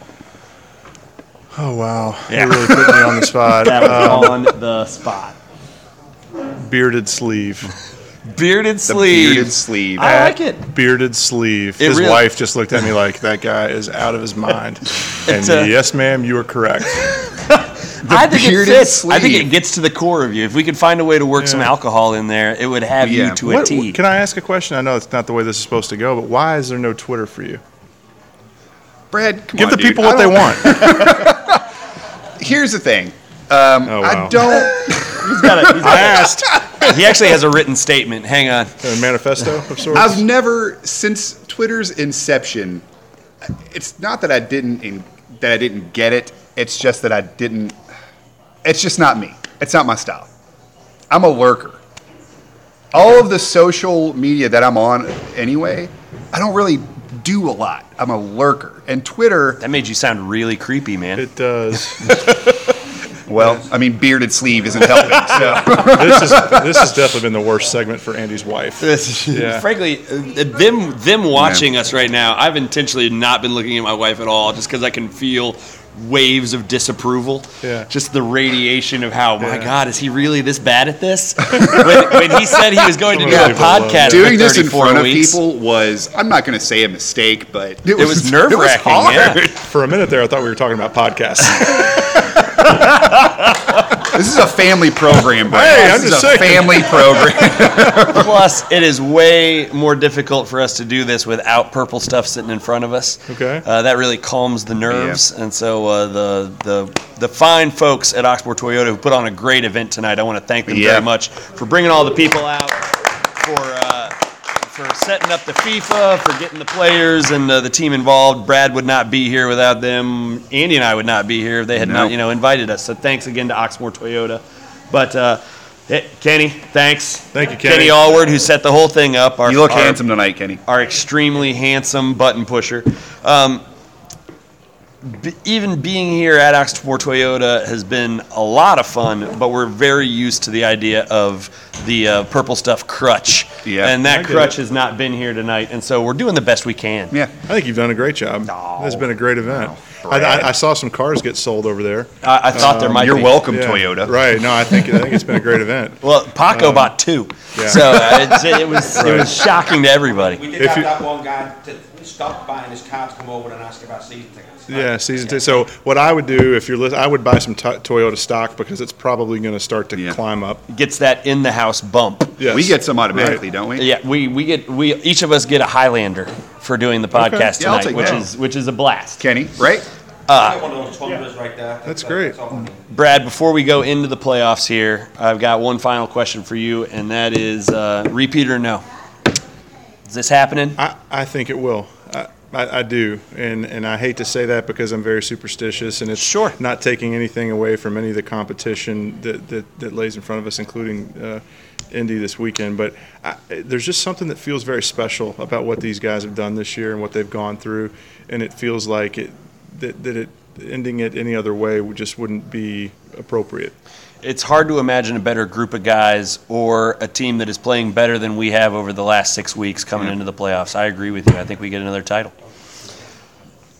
J: Oh wow,
C: Yeah.
J: you really put me on the spot. <laughs>
C: That was
J: Um,
C: on the spot.
J: bearded sleeve.
C: Bearded sleeve.
J: bearded sleeve.
C: I like it.
J: Bearded sleeve.
C: It
J: his
C: really-
J: wife just looked at me like that guy is out of
C: <laughs>
J: his mind. and
C: It's a-
J: yes, ma'am, you
C: <laughs>
J: are correct.
C: I think it
J: bearded
C: fits. I think it
J: sleeve.
C: gets to the core of you. If we could find a way to work some alcohol in there, it would have you to a
J: What-
C: T.
J: Can I ask a question? I know it's not the way this is supposed to go, but why is there no Twitter for you?
E: Brad, come
J: Give
E: on,
J: the
E: dude.
J: people
E: I
J: what they
E: don't- <laughs>
J: want.
E: Here's the thing. Um,
J: Oh,
E: I
J: <laughs>
E: don't.
C: He's got it. I asked. <laughs> He actually has a written statement. Hang on.
J: A manifesto of sorts.
E: I've never since Twitter's inception. It's not that I didn't in, that I didn't get it. It's just that I didn't. It's just not me. It's not my style. I'm a lurker. All of the social media that I'm on, anyway, I don't really do a lot. I'm a lurker, and Twitter.
C: That made you sound really creepy, man.
J: It does.
E: well, I mean, bearded sleeve isn't
C: <laughs>
E: helping. So
J: <laughs> this is this has definitely been the worst segment for Andy's
C: <laughs>
J: wife. yeah.
C: Frankly, uh, them them watching us right now, I've intentionally not been looking at my wife at all, just because I can feel waves of disapproval.
J: Yeah.
C: Just the radiation of how, my
J: Yeah.
C: God, is he really this bad at this? <laughs> when, when he said he was going to do a podcast,
E: Doing
C: for
E: this in
C: 34
E: front
C: weeks,
E: of people was, I'm not going to say a mistake, but <laughs> it,
C: It was nerve-wracking,
E: hard. <laughs>
C: yeah.
J: For a minute there, I thought we were talking about podcasts.
E: This is a family program, Brad.
C: Hey,
E: this
C: I'm
E: is
C: just saying.
E: a family
C: <laughs>
E: program.
C: Plus, it is way more difficult for us to do this without purple stuff sitting in front of us.
J: Okay.
C: Uh, that really calms the nerves, and so uh, the the the fine folks at Oxmoor Toyota who put on a great event tonight. I want to thank them
E: Yeah.
C: very much for bringing all the people out for. Uh, for setting up the FIFA, for getting the players and uh, the team involved. Brad would not be here without them. Andy and I would not be here if they had
E: No.
C: not, you know, invited us. So thanks again to Oxmoor Toyota. But uh, eh, Kenny, thanks. Thank you, Kenny Allward, who set the whole thing up. Our,
E: You look
C: our-
E: handsome tonight, Kenny.
C: Our extremely handsome button pusher. Um, b- even being here at Oxmoor Toyota has been a lot of fun, but we're very used to the idea of the uh, purple stuff crutch.
J: Yeah.
C: And
J: I
C: that
J: get
C: crutch
J: it.
C: has not been here tonight, and so we're doing the best we can.
E: Yeah.
J: I think you've done a great job. It's been a great event. I, I, I saw some cars get sold over there.
C: I- I thought
J: Um,
C: there might You're be. welcome,
E: Toyota.
J: Right? No, I think I think it's been
C: <laughs>
J: a great event.
C: Well, Paco
J: Um,
C: bought two,
J: yeah.
C: so uh, it's, it was it
J: <laughs> Right.
C: was shocking to everybody.
D: We did have that one guy that stopped buying his car to come over and ask about season tickets.
J: Yeah, season two. So what I would do if you're listening, I would buy some to Toyota stock because it's probably going to start to climb up.
C: Gets that in the house bump.
J: Yes.
E: We get some automatically, don't we?
C: Yeah, we, we get we each of us get a Highlander for doing the
E: Okay.
C: podcast
E: Yeah, I'll
C: tonight,
E: take
C: which
E: that.
C: is which is a blast.
E: Kenny, right?
C: Uh,
D: One of those Tundras right there.
J: That's great.
C: Brad, before we go into the playoffs here, I've got one final question for you, and that is uh, repeat or no? Is this happening?
J: I, I think it will. I, I, I do, and and I hate to say that because I'm very superstitious, and it's sure. not taking anything away from any of the competition that that, that lays in front of us, including uh, Indy this weekend. But I, there's just something that feels very special about what these guys have done this year and what they've gone through, and it feels like it that, that it ending it any other way would just wouldn't be appropriate.
C: It's hard to imagine a better group of guys or a team that is playing better than we have over the last six weeks coming into the playoffs. I agree with you. I think we get another title.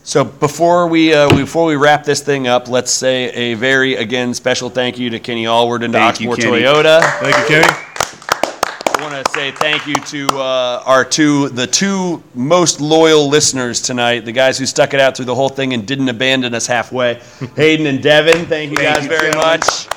C: So before we uh, before we wrap this thing up, let's say a very again special thank you to Kenny Allward and to
E: Thank you,
C: Oxmoor
E: Kenny.
C: Toyota.
J: Thank you, Kenny.
C: I want to say thank you to uh, our two, the two most loyal listeners tonight, the guys who stuck it out through the whole thing and didn't abandon us
E: <laughs>
C: halfway. Hayden and Devin, thank you
E: Thank
C: guys
E: you,
C: very
E: gentlemen.
C: much.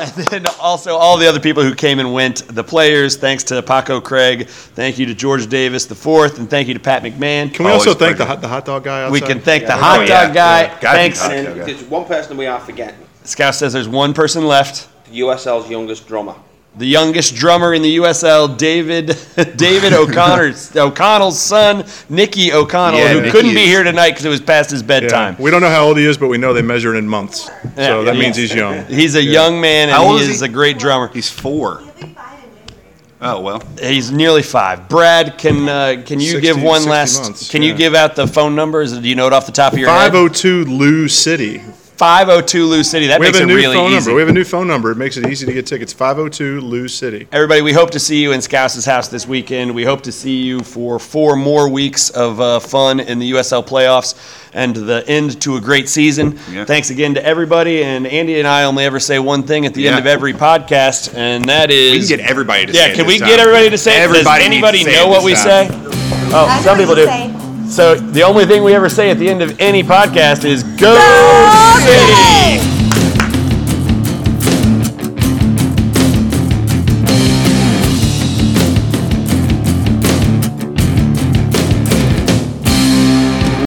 C: And then also all the other people who came and went, the players. Thanks to Paco Craig. Thank you to George Davis the fourth, and thank you to Pat McMahon.
J: Can we also thank the hot, the hot dog guy? Outside?
C: We can thank the hot dog guy. Thanks.
D: There's one person we are forgetting.
C: Scouse says there's one person left.
F: The USL's youngest drummer.
C: The youngest drummer in the USL, David <laughs> David
J: <laughs>
C: O'Connor's O'Connell's son, Nicky O'Connell,
J: Yeah,
C: who
J: Nicky
C: couldn't be
J: is-
C: here tonight because it was past his bedtime.
J: We don't know how old he is, but we know they measure it in months.
C: Yeah,
J: so that
C: yeah.
J: means he's
C: <laughs>
J: young.
C: He's a
J: Yeah.
C: young man, and
J: How old
C: he
J: is
C: is,
J: he?
C: a great drummer.
E: He's four. Oh well.
C: He's nearly five. Brad, can uh, can you
J: 60
C: give one
J: 60
C: last?
J: months,
C: can you
J: yeah.
C: give out the phone numbers? Do you know it off the top of your head?
J: 502 Lou City.
C: 502 Lou City. That
J: we
C: makes
J: have a
C: it
J: new
C: really
J: phone
C: easy.
J: number. We have a new phone number. It makes it easy to get tickets. 502 Lou City.
C: Everybody, we hope to see you in Scouse's house this weekend. We hope to see you for four more weeks of uh, fun in the USL playoffs and the end to a great season. Thanks again to everybody. And Andy and I only ever say one thing at the end
E: Yeah.
C: of every podcast, and that is
E: We can get everybody to
C: yeah.
E: say it
C: can
E: this
C: we
E: time.
C: get everybody to say
E: Everybody
C: it? Does
E: needs
C: anybody
E: to say it
C: know what
E: this
C: we
E: time.
C: say? Oh, some people do. So the only thing we ever say at the end of any podcast is "Go, City!"